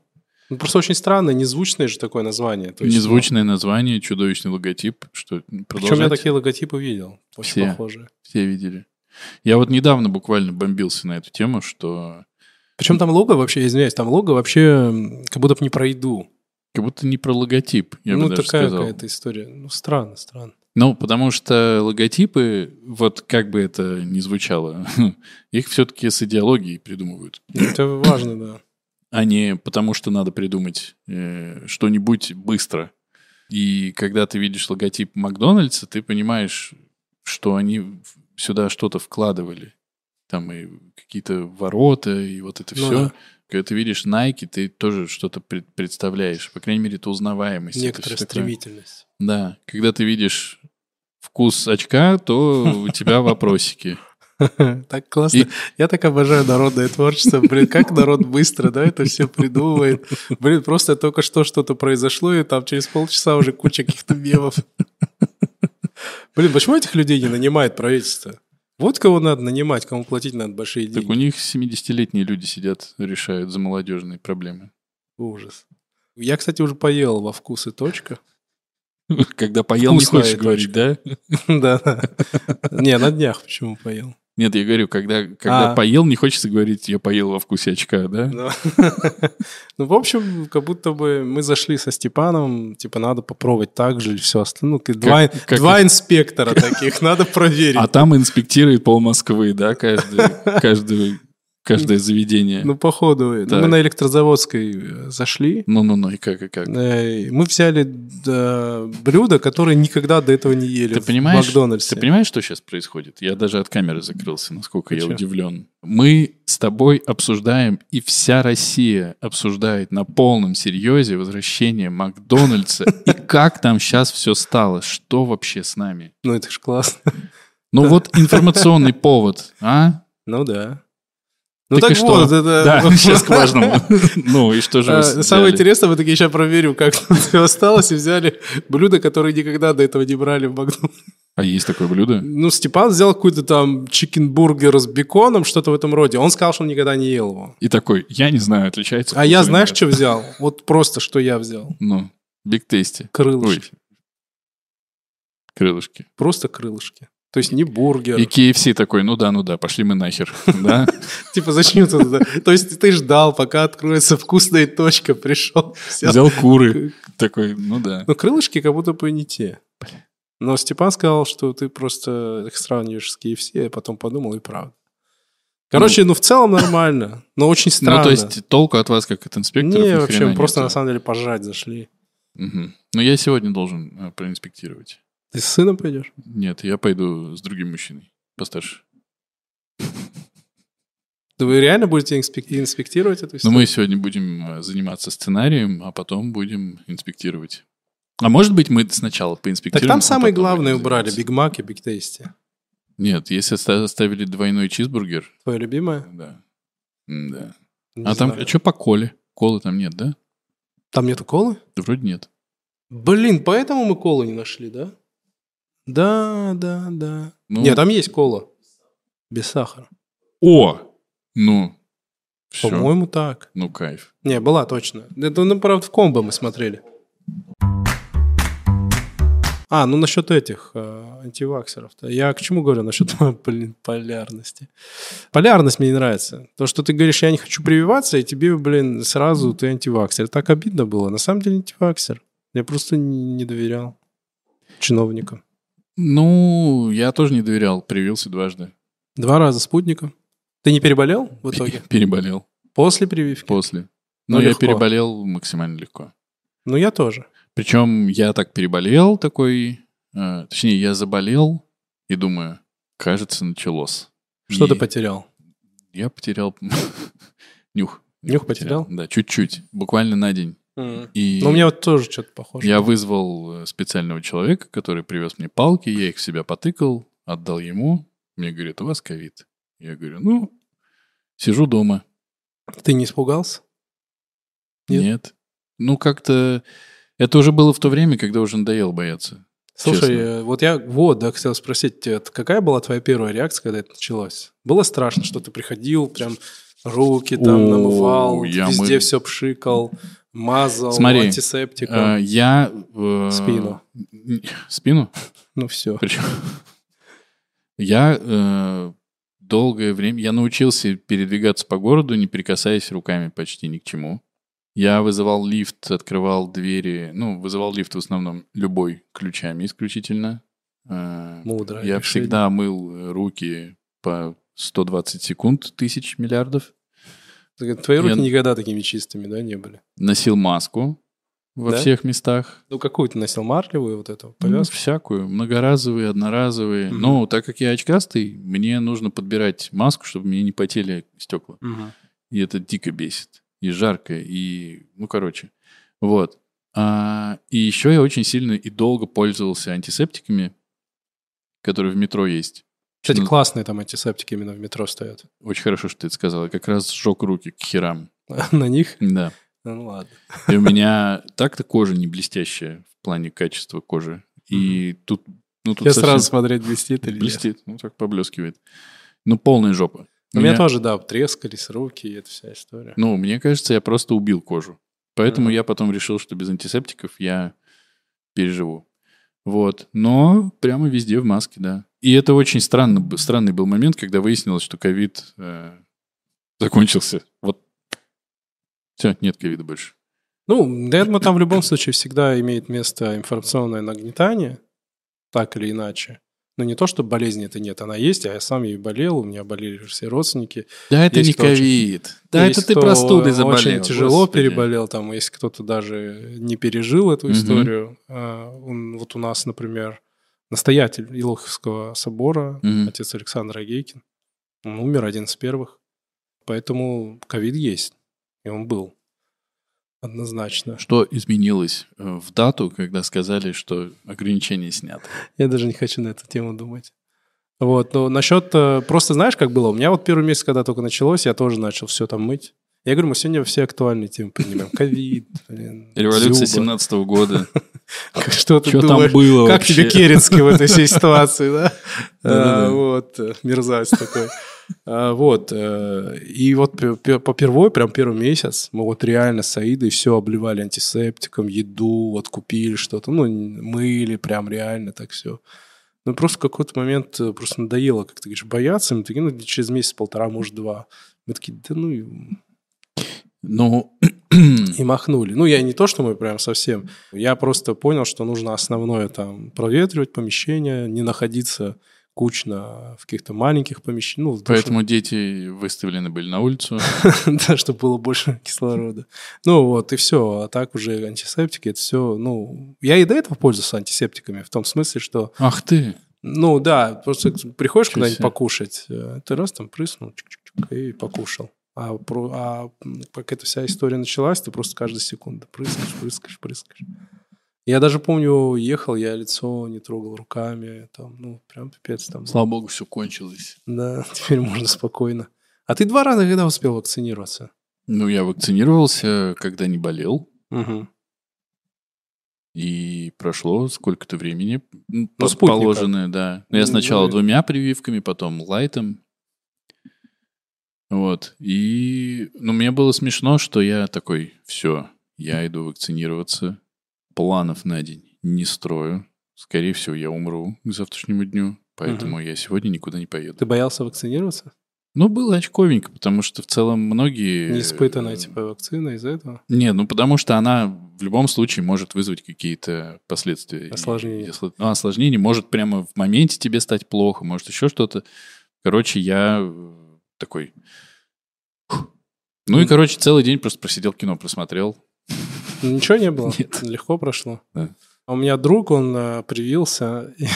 S1: Ну, просто очень странно, незвучное же такое название. То есть, ну,
S2: Незвучное название, чудовищный логотип. Что
S1: Причем я
S2: продолжать?
S1: такие логотипы видел. Очень
S2: Все.
S1: похожие.
S2: Все видели. Я вот недавно буквально бомбился на эту тему, что
S1: Причем там лого вообще, я извиняюсь, там лого вообще м, как будто бы не пройду.
S2: как будто не про логотип, я
S1: ну,
S2: бы даже
S1: такая
S2: сказал.
S1: какая-то история. Ну, странно, странно.
S2: Ну, потому что логотипы, вот как бы это ни звучало, их все-таки с идеологией придумывают.
S1: Ну, Это важно, да.
S2: а не потому, что надо придумать э, что-нибудь быстро. И когда ты видишь логотип Макдональдса, ты понимаешь, что они в- сюда что-то вкладывали. Там и какие-то ворота, и вот это
S1: Ну
S2: все.
S1: да.
S2: Когда ты видишь Nike, ты тоже что-то пред- представляешь. По крайней мере, это узнаваемость. это
S1: Некоторая
S2: всё такое.
S1: стремительность.
S2: Да. Когда ты видишь вкус очка, то у тебя вопросики.
S1: Так классно.
S2: И-
S1: Я так обожаю народное творчество. Блин, как народ быстро, да, это все придумывает. Блин, просто только что что-то произошло, и там через полчаса уже куча каких-то мемов. Блин, почему этих людей не нанимает правительство? Вот кого надо нанимать, кому платить надо большие
S2: Так у
S1: деньги.
S2: них 70-летние люди сидят, решают за молодежные проблемы.
S1: Ужас. Я, кстати, уже поел во вкус и точка.
S2: Когда поел, не
S1: Вкусная
S2: хочешь говорить, да?
S1: Да. Не, на днях почему поел.
S2: Нет, я говорю, когда, когда
S1: А.
S2: поел, не хочется говорить, я поел во вкусе очка, да?
S1: Ну, ну, в общем, как будто бы мы зашли со Степаном, типа, надо попробовать так же или все остальное. Ну, как два,
S2: как
S1: два инспектора таких, надо проверить.
S2: А там инспектирует пол Москвы, да, каждый, каждый, каждое заведение.
S1: Ну, походу, это.
S2: Так.
S1: мы на электрозаводской э, зашли.
S2: Ну-ну-ну, и как, и как.
S1: э, и Мы взяли э, блюдо, которое никогда до этого не ели
S2: Ты
S1: в
S2: понимаешь,
S1: Макдональдсе.
S2: ты понимаешь, что сейчас происходит? Я даже от камеры закрылся, насколько я
S1: Почему?
S2: удивлен. Мы с тобой обсуждаем, и вся Россия обсуждает на полном серьезе возвращение Макдональдса и как там сейчас все стало, что вообще с нами.
S1: Ну, это ж классно.
S2: Ну вот информационный повод, а?
S1: Ну, да. Ну,
S2: Так
S1: так
S2: и что?
S1: вот, это...
S2: Да, сейчас к важному. Ну и что же вы
S1: А, Самое
S2: взяли?
S1: интересное, мы такие сейчас проверим, как там всё осталось, и взяли блюдо, которое никогда до этого не брали в Макдональдсе.
S2: А есть такое блюдо?
S1: Ну, Степан взял какой-то там чикенбургер с беконом, что-то в этом роде. Он сказал, что он никогда не ел его.
S2: И такой, я не знаю, отличается.
S1: А
S2: вкус
S1: я
S2: или
S1: знаешь,
S2: нет.
S1: что взял? Вот просто, что я взял.
S2: Ну, биг тесте. Ой.
S1: Крылышки.
S2: Крылышки.
S1: Просто крылышки. То есть не бургер.
S2: И KFC такой, ну да, ну да, пошли мы нахер. Да?
S1: Типа зачем это? надо? То есть ты ждал, пока откроется вкусная точка, пришел. взял.
S2: Взял куры. Такой, ну да.
S1: Но крылышки как будто бы не те. Но Степан сказал, что ты просто их сравниваешь с KFC, я потом подумал, и правда. Короче, ну в целом нормально, но очень странно.
S2: Ну, то есть толку от вас, как от инспекторов,
S1: Не,
S2: ни
S1: вообще,
S2: хрена
S1: мы просто
S2: нету.
S1: на самом деле пожрать зашли.
S2: Мгм. Ну, я сегодня должен э, проинспектировать.
S1: Ты с сыном пойдешь?
S2: Нет, я пойду с другим мужчиной постарше.
S1: Да вы реально будете инспек- инспектировать эту
S2: Но
S1: историю?
S2: Ну, мы сегодня будем э, заниматься сценарием, а потом будем инспектировать. А может быть, мы сначала
S1: так
S2: поинспектируем.
S1: там
S2: а
S1: самое
S2: потом
S1: главное
S2: будем
S1: убрали.
S2: заниматься.
S1: Биг Мак и Биг Тейсти.
S2: Нет, если оста- оставили двойной чизбургер,
S1: Твоя любимая?
S2: да. да.
S1: Не
S2: А там
S1: знаю.
S2: а что по коле? Колы там нет, да?
S1: Там нету колы?
S2: Да вроде нет.
S1: Блин, поэтому мы колу не нашли, да? Да, да, да.
S2: Ну,
S1: Нет, а там есть кола. Без сахара.
S2: О! Ну, все.
S1: По-моему, так.
S2: Ну, кайф.
S1: Не, была точно. Это, ну, правда, в комбо мы смотрели. А, ну насчет этих э, антиваксеров-то. Я к чему говорю? Насчет, блин, полярности. Полярность мне не нравится. То, что ты говоришь, я не хочу прививаться, и тебе, блин, сразу ты антиваксер. Так обидно было. На самом деле антиваксер. Я просто не не доверял чиновникам.
S2: Ну, я тоже не доверял, привился дважды.
S1: Два раза спутником. Ты не переболел в итоге?
S2: Переболел
S1: После прививки?
S2: после.
S1: Ну,
S2: Но я
S1: легко.
S2: переболел максимально легко.
S1: Ну, я тоже.
S2: Причем я так переболел такой, э, точнее, я заболел и думаю, кажется, началось.
S1: Что
S2: И
S1: ты потерял?
S2: Я потерял нюх.
S1: Нюх потерял?
S2: Да, чуть-чуть, буквально на день. И
S1: Ну, у меня вот тоже что-то похоже.
S2: я вызвал э, специального человека, который привез мне палки, я их в себя потыкал, отдал ему. Мне говорит, у вас ковид. Я говорю, ну, сижу дома.
S1: Ты не испугался? Нет.
S2: Нет. Ну, как-то... Это уже было в то время, когда уже надоело бояться.
S1: Слушай,
S2: Честно.
S1: э, вот я вот, да, хотел спросить, э, т- какая была твоя первая реакция, когда это началось? Было страшно, что ты приходил, прям руки там
S2: О,
S1: намывал,
S2: я
S1: везде
S2: мы-
S1: все пшикал, мазал
S2: Смотри,
S1: антисептиком,
S2: Э, Я... э,
S1: Спину.
S2: н- Спину?
S1: ну все.
S2: Причем... Я э, долгое время... Я научился передвигаться по городу, не прикасаясь руками почти ни к чему. Я вызывал лифт, открывал двери. Ну, вызывал лифт в основном любой, ключами исключительно. Э,
S1: Мудрое
S2: я
S1: решение.
S2: всегда мыл э, руки по 120 секунд, тысяч миллиардов.
S1: Ты- Твои руки
S2: Я-
S1: никогда такими чистыми, да, не были?
S2: Носил маску во
S1: Да?
S2: всех местах.
S1: Ну какую ты носил, марлевую вот эту
S2: Ну,
S1: повязку?
S2: всякую, многоразовые, одноразовые.
S1: Мгм.
S2: Но так как я очкастый, мне нужно подбирать маску, чтобы мне не потели стекла.
S1: Мгм.
S2: И это дико бесит. И жарко, и... Ну, короче. Вот. А, и еще я очень сильно и долго пользовался антисептиками, которые в метро есть.
S1: Кстати,
S2: Ну.
S1: классные там антисептики именно в метро стоят.
S2: Очень хорошо, что ты это сказал. Я как раз сжег руки к херам.
S1: На них?
S2: Да.
S1: Ну ладно.
S2: И у меня так-то кожа не блестящая в плане качества кожи. И тут... Ну, тут
S1: Я
S2: совсем-
S1: сразу смотреть, блестит или нет.
S2: Блестит, ну так поблескивает. Ну, полная жопа.
S1: У меня тоже, да, трескались руки, и эта вся история.
S2: Ну, мне кажется, я просто убил кожу. Поэтому
S1: Мгм.
S2: я потом решил, что без антисептиков я переживу. Вот. Но прямо везде в маске, да. И это очень странно, б- странный был момент, когда выяснилось, что ковид э, закончился. Вот. Все, нет ковида больше.
S1: Ну, да, я думаю, там в любом случае всегда имеет место информационное нагнетание, так или иначе. Но не то, что болезни это нет, она есть, а я сам ей болел, у меня болели все родственники.
S2: Да, это
S1: Есть
S2: не
S1: кто очень-
S2: ковид. Да,
S1: Есть
S2: это ты
S1: кто
S2: простудой заболел.
S1: Очень тяжело
S2: господи.
S1: переболел, там, если кто-то даже не пережил эту
S2: Мгм.
S1: историю. а, он- вот у нас, например, настоятель Илоховского собора,
S2: Мгм.
S1: отец Александр Агейкин, он умер один из первых. Поэтому ковид есть, и он был. Однозначно.
S2: Что изменилось э, в дату, когда сказали, что ограничения сняты?
S1: Я даже не хочу на эту тему думать. Вот, но насчет... э, Просто знаешь, как было? У меня вот первый месяц, когда только началось, я тоже начал все там мыть. Я говорю, мы сегодня все актуальные темы поднимем. Ковид, блин,
S2: Революция
S1: Дзюба.
S2: 17 года.
S1: Что ты
S2: Что там
S1: думаешь?
S2: было
S1: Как
S2: вообще?
S1: тебе Керенский в этой всей ситуации, да?
S2: Да-да-да.
S1: А, Вот, э, мерзавец такой. А, Вот, э, и вот пе- пе- попервой, прям первый месяц, мы вот реально с Аидой все обливали антисептиком, еду, вот купили что-то, ну, н- мыли прям реально так все. Ну, просто в какой-то момент э, просто надоело, как ты говоришь, бояться. Мы такие, ну, через месяц-полтора, может, два. Мы такие, да ну, и-
S2: Ну,
S1: и махнули. Ну, я не то, что мы прям совсем. Я просто понял, что нужно основное там проветривать помещение, не находиться кучно в каких-то маленьких помещениях. Ну, в душе,
S2: поэтому дети выставлены были на улицу.
S1: да, чтобы было больше кислорода. Ну, вот, и все. А так уже антисептики, это все, ну... Я и до этого пользовался антисептиками, в том смысле, что...
S2: Ах ты!
S1: Ну, да, просто приходишь
S2: Чё
S1: куда-нибудь
S2: себе.
S1: покушать, э, ты раз там прыснул, чик-чик-чик, и покушал. А, про- а, м, как эта вся история началась, ты просто каждую секунду прыскаешь, прыскаешь, прыскаешь. Я даже помню, ехал, я лицо не трогал руками, там, ну, прям пипец там.
S2: Слава богу, все кончилось.
S1: Да, теперь можно спокойно. А ты два раза когда успел вакцинироваться?
S2: Ну, я вакцинировался, когда не болел.
S1: Угу.
S2: И прошло сколько-то времени. Ну,
S1: Ну,
S2: по-
S1: спутника.
S2: положенное, да. Ну, Я
S1: Ну,
S2: сначала
S1: и-
S2: двумя прививками, потом лайтом. Вот. И ну, мне было смешно, что я такой, все, я иду вакцинироваться. Планов на день не строю. скорее всего, я умру к завтрашнему дню, поэтому я сегодня никуда не поеду.
S1: Ты боялся вакцинироваться?
S2: Ну, было очковенько, потому что в целом многие...
S1: Не испытанная,
S2: э,
S1: типа, вакцина из-за этого?
S2: Не, ну потому что она в любом случае может вызвать какие-то последствия.
S1: Осложнения.
S2: И осл- Ну, осложнение может прямо в моменте тебе стать плохо, может еще что-то. Короче, я э, такой... «Фух». Ну и,
S1: Мгм.
S2: короче, целый день просто просидел кино, просмотрел.
S1: Ничего не было?
S2: Нет.
S1: Легко прошло?
S2: Да.
S1: А у меня друг, он э, привился, и-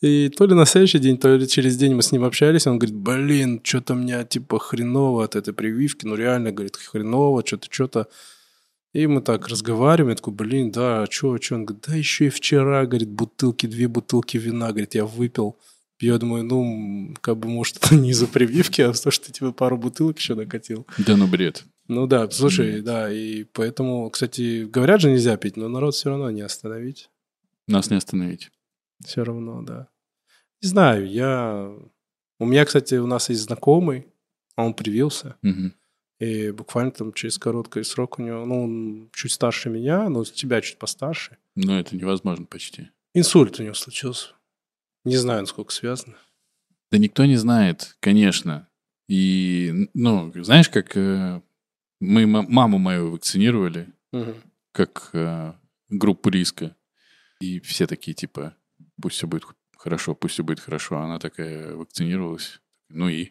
S1: и то ли на следующий день, то ли через день мы с ним общались, он говорит, блин, что-то меня типа хреново от этой прививки, ну реально, говорит, хреново, что-то, что-то. И мы так разговариваем, я такой, блин, да, а что, что? Он говорит, да еще и вчера, говорит, бутылки, две бутылки вина, говорит, я выпил. Я думаю, ну, м, как бы, может, это не из-за прививки, а то, что ты типа пару бутылок еще накатил.
S2: Да ну бред.
S1: Ну да, слушай, да, и поэтому, кстати, говорят же нельзя пить, но народ все равно не остановить.
S2: Нас не остановить.
S1: Все равно, да. Не знаю, я... У меня, кстати, у нас есть знакомый, он привился,
S2: Мгм.
S1: и буквально там через короткий срок у него, ну, он чуть старше меня, но тебя чуть постарше.
S2: Но Ну, это невозможно почти.
S1: Инсульт у него случился. Не знаю, насколько связано.
S2: Да никто не знает, конечно. И, ну, знаешь, как э, мы ма- маму мою вакцинировали, как э, группу риска. И все такие, типа, пусть все будет х- хорошо, пусть все будет хорошо. А Она такая вакцинировалась. Ну и?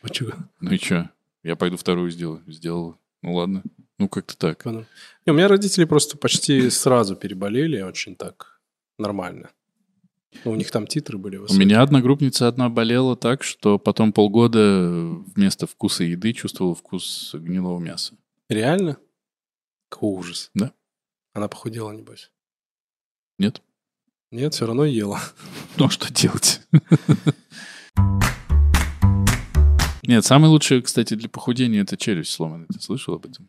S1: Почему?
S2: Ну и что? Я пойду вторую сделаю. Сделала. Ну ладно. Ну как-то так.
S1: Понял. Не, у меня родители просто почти сразу переболели, очень так нормально. Ну, у них там титры были
S2: У
S1: высокие.
S2: меня одногруппница одна болела так, что потом полгода вместо вкуса еды чувствовала вкус гнилого мяса.
S1: Реально? Какой ужас.
S2: Да.
S1: Она похудела, небось.
S2: Нет?
S1: Нет, все равно ела.
S2: Ну, а что делать? Нет, самое лучшее, кстати, для похудения это челюсть сломанная. Ты слышал об этом?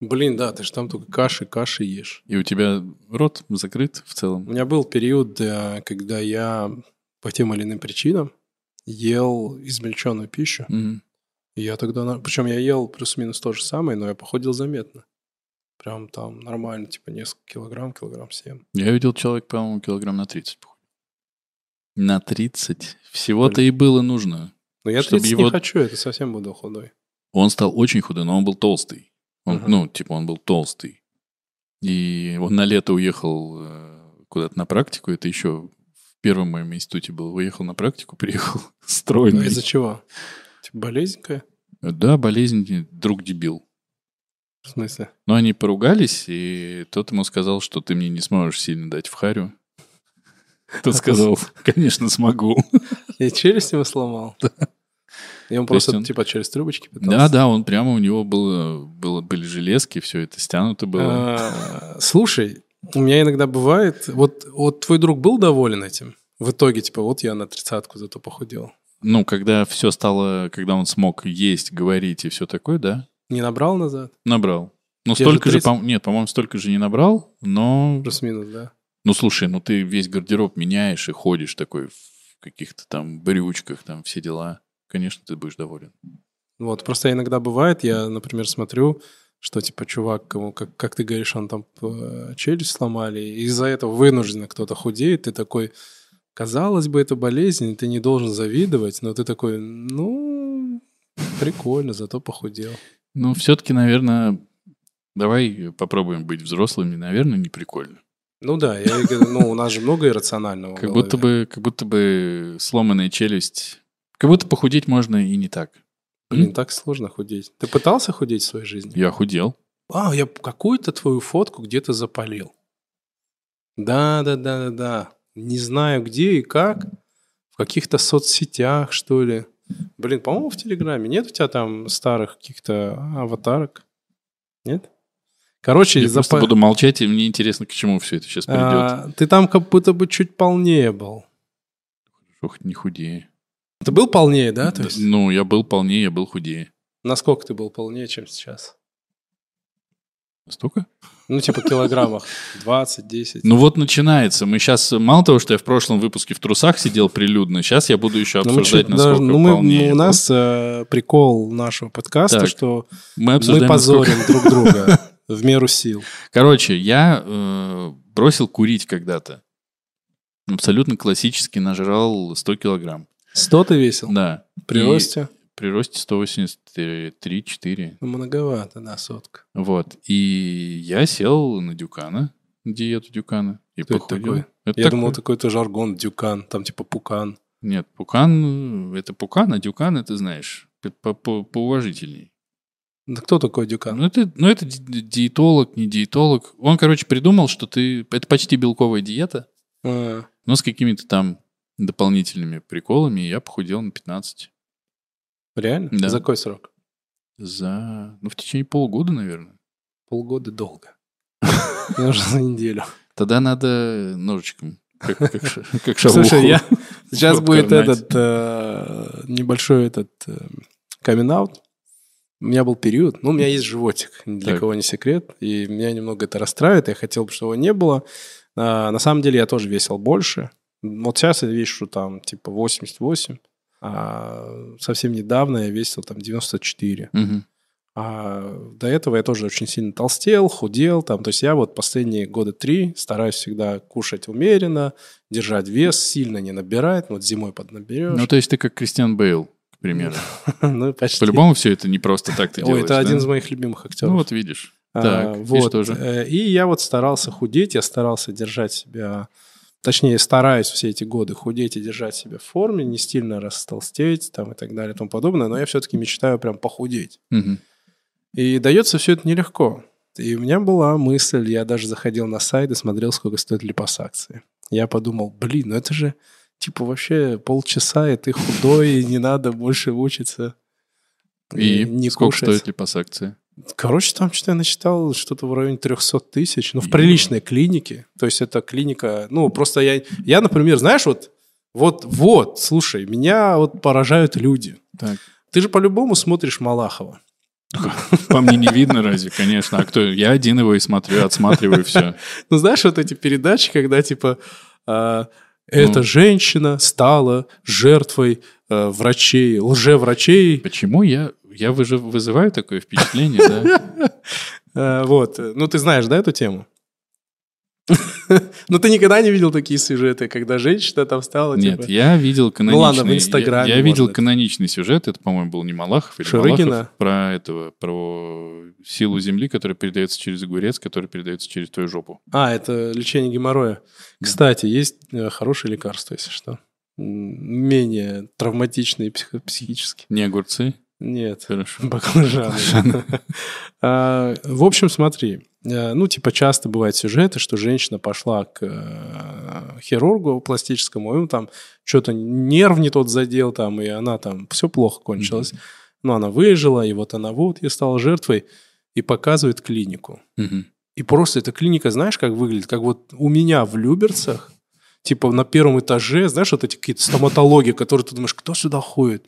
S1: Блин, да, ты же там только каши, каши ешь.
S2: И у тебя рот закрыт в
S1: У
S2: целом.
S1: меня был период, э, когда я по тем или иным причинам ел измельченную пищу.
S2: Мгм.
S1: И я тогда... Причем я ел плюс-минус то же самое, но я похудел заметно. Прям там нормально, типа несколько килограмм, килограмм семь.
S2: Я видел человек, по-моему, килограмм на 30 похудел. На 30? Всего-то и было нужно.
S1: Но я
S2: Чтобы
S1: 30 не
S2: его-
S1: хочу, это совсем буду худой.
S2: Он стал очень худой, но он был толстый. Он,
S1: Мгм.
S2: Ну, типа, он был толстый. И он на лето уехал э, куда-то на практику. Это еще в первом моем институте было. Уехал на практику, приехал
S1: А
S2: стройный.
S1: из-за чего? Типа болезнь какая?
S2: Да, болезнь друг дебил.
S1: В смысле?
S2: Но они поругались, и тот ему сказал, что ты мне не сможешь сильно дать в харю.
S1: А
S2: Тот сказал, конечно, смогу.
S1: Я челюсть ему сломал. И он
S2: То есть
S1: просто,
S2: он-
S1: типа, через трубочки питался.
S2: Да, да, он прямо у него было, было, были железки, все это стянуто было.
S1: А, Слушай, у меня иногда бывает... Вот, вот твой друг был доволен этим? В итоге, типа, вот я на тридцатку зато похудел.
S2: Ну, когда все стало, когда он смог есть, говорить и все такое, да,
S1: Не набрал назад?
S2: набрал. Ну,
S1: Те же
S2: столько же,
S1: 30?
S2: по- нет, по-моему, столько же не набрал, но...
S1: Плюс-минус, да?
S2: Ну, слушай, ну ты весь гардероб меняешь и ходишь такой в каких-то там брючках, там все дела. Конечно, ты будешь доволен.
S1: Вот, просто иногда бывает, я, например, смотрю, что, типа, чувак, кому, как, как ты говоришь, он там э, челюсть сломали, и из-за этого вынужденно кто-то худеет, ты такой, казалось бы, это болезнь, и ты не должен завидовать, но ты такой, ну, прикольно, зато похудел.
S2: Ну, все-таки, наверное, давай попробуем быть взрослыми. Наверное, не прикольно.
S1: Ну да, я и говорю, ну, у нас же много иррационального. в
S2: Как будто,
S1: голове.
S2: бы, как будто бы сломанная челюсть. Как будто похудеть можно и не так.
S1: Блин,
S2: М?
S1: так сложно худеть. Ты пытался худеть в своей жизни?
S2: Я худел.
S1: А, я какую-то твою фотку где-то запалил. Да, да, да, да, да. Не знаю где и как. В каких-то соцсетях, что ли. Блин, по-моему, в Телеграме. Нет у тебя там старых каких-то аватарок? Нет? Короче,
S2: я просто
S1: запа-
S2: буду молчать, и мне интересно, к чему все это сейчас придет.
S1: А, ты там как будто бы чуть полнее был.
S2: Ох, не худее.
S1: Ты был полнее, да? То
S2: Да,
S1: есть,
S2: Ну, я был полнее, я был худее.
S1: насколько ты был полнее, чем сейчас?
S2: Настолько?
S1: Ну, типа килограммах 20, 10.
S2: Ну вот начинается. Мы сейчас, мало того, что я в прошлом выпуске в трусах сидел прилюдно, сейчас я буду еще
S1: Ну, мы
S2: обсуждать,
S1: чё- да,
S2: насколько
S1: ну, мы-
S2: полнее я
S1: у
S2: был.
S1: нас э, прикол нашего подкаста,
S2: Так,
S1: что
S2: мы
S1: мы
S2: обсуждаем, насколько-
S1: позорим друг друга. в меру сил.
S2: Короче, я э, бросил курить когда-то. Абсолютно классически нажрал 100 килограмм.
S1: 100 ты весил?
S2: Да.
S1: При
S2: И
S1: росте?
S2: При росте 183-4.
S1: Ну, Многовато, да, сотка.
S2: Вот. И я сел на Дюкана, на диету Дюкана. И
S1: Кто это
S2: похудел.
S1: такой?
S2: Это
S1: Я
S2: такой.
S1: думал, такой то жаргон, дюкан, там типа пукан.
S2: Нет, Пукан, э, это Пукан, а Дюкан, это знаешь, по- по- поуважительней.
S1: Да кто такой дюкан?
S2: Ну это, ну, это ди- ди- диетолог, не диетолог. Он, короче, придумал, что ты... Это почти белковая диета,
S1: А,
S2: но с какими-то там дополнительными приколами. И я похудел на 15
S1: реально?
S2: Да.
S1: За какой срок?
S2: за... Ну, в течение полгода, наверное.
S1: Полгода долго. Мне нужно за неделю.
S2: Тогда надо ножичком, как, как, ш- как шавуху.
S1: Слушай, я... сейчас
S2: Вот
S1: будет
S2: карнать.
S1: этот э, небольшой этот камин У меня был период, ну, у меня есть животик, ни для
S2: Так.
S1: кого не секрет, и меня немного это расстраивает, я хотел бы, чтобы его не было. А, на самом деле я тоже весил больше. Вот сейчас я вешу там типа 88, а совсем недавно я весил там 94.
S2: Мгм.
S1: А до этого я тоже очень сильно толстел, худел. Там. То есть я вот последние года три стараюсь всегда кушать умеренно, держать вес, сильно не набирать. ну, Вот зимой поднаберешь.
S2: Ну, то есть ты как Кристиан Бейл, к примеру.
S1: Ну, почти.
S2: По-любому все это не просто так ты
S1: Ой,
S2: делаешь,
S1: это один
S2: да?
S1: из моих любимых актеров.
S2: Ну, вот видишь.
S1: А,
S2: так, и
S1: вот.
S2: что же?
S1: Э, И я вот старался худеть, я старался держать себя... Точнее, стараюсь все эти годы худеть и держать себя в форме, не сильно растолстеть там, и так далее и тому подобное, но я все-таки мечтаю прям похудеть.
S2: Мгм.
S1: И дается все это нелегко. И у меня была мысль, я даже заходил на сайт и смотрел, сколько стоят липосакции. Я подумал, блин, ну это же типа вообще полчаса, и ты худой, и не надо больше мучиться.
S2: И сколько
S1: кушать.
S2: стоит липосакция?
S1: Короче, там что-то я насчитал, что-то в районе 300 тысяч, но в
S2: Ё.
S1: приличной клинике. То есть это клиника, ну просто я, я например, знаешь, вот, вот, вот, слушай, меня вот поражают люди.
S2: Так.
S1: Ты же по-любому смотришь Малахова.
S2: По мне не видно разве, конечно. А кто? Я один его и смотрю, отсматриваю все.
S1: Ну, знаешь, вот эти передачи, когда, типа, а, эта
S2: Ну.
S1: женщина стала жертвой э, врачей, лжеврачей.
S2: Почему я... Я выжи- вызываю такое впечатление, да?
S1: Э, вот. Ну, ты знаешь, да, эту тему? Ну, ты никогда не видел такие сюжеты, когда женщина там стала,
S2: Нет,
S1: типа,
S2: я видел каноничный...
S1: ладно, в
S2: я-
S1: Инстаграме,
S2: Я видел
S1: может.
S2: каноничный сюжет, это, по-моему, был не Малахов или
S1: Шурыгина?
S2: Малахов, про этого, про силу земли, которая передается через огурец, которая передается через твою жопу.
S1: А, это лечение геморроя. Кстати, есть э, хорошее лекарство, если что. М, Менее травматичные психо- психически.
S2: Не огурцы?
S1: Нет.
S2: Хорошо.
S1: Баклажаны. А, В общем, смотри. э, Ну, типа, часто бывают сюжеты, что женщина пошла к э, хирургу пластическому, и он там что-то нерв не тот задел, там, и она там, все плохо кончилось. Но она выжила, и вот она вот, и стала жертвой, и показывает клинику.
S2: Мгм.
S1: И просто эта клиника, знаешь, как выглядит? Как вот у меня в Люберцах, типа на первом этаже, знаешь, вот эти какие-то стоматологи, которые ты думаешь, кто сюда ходит?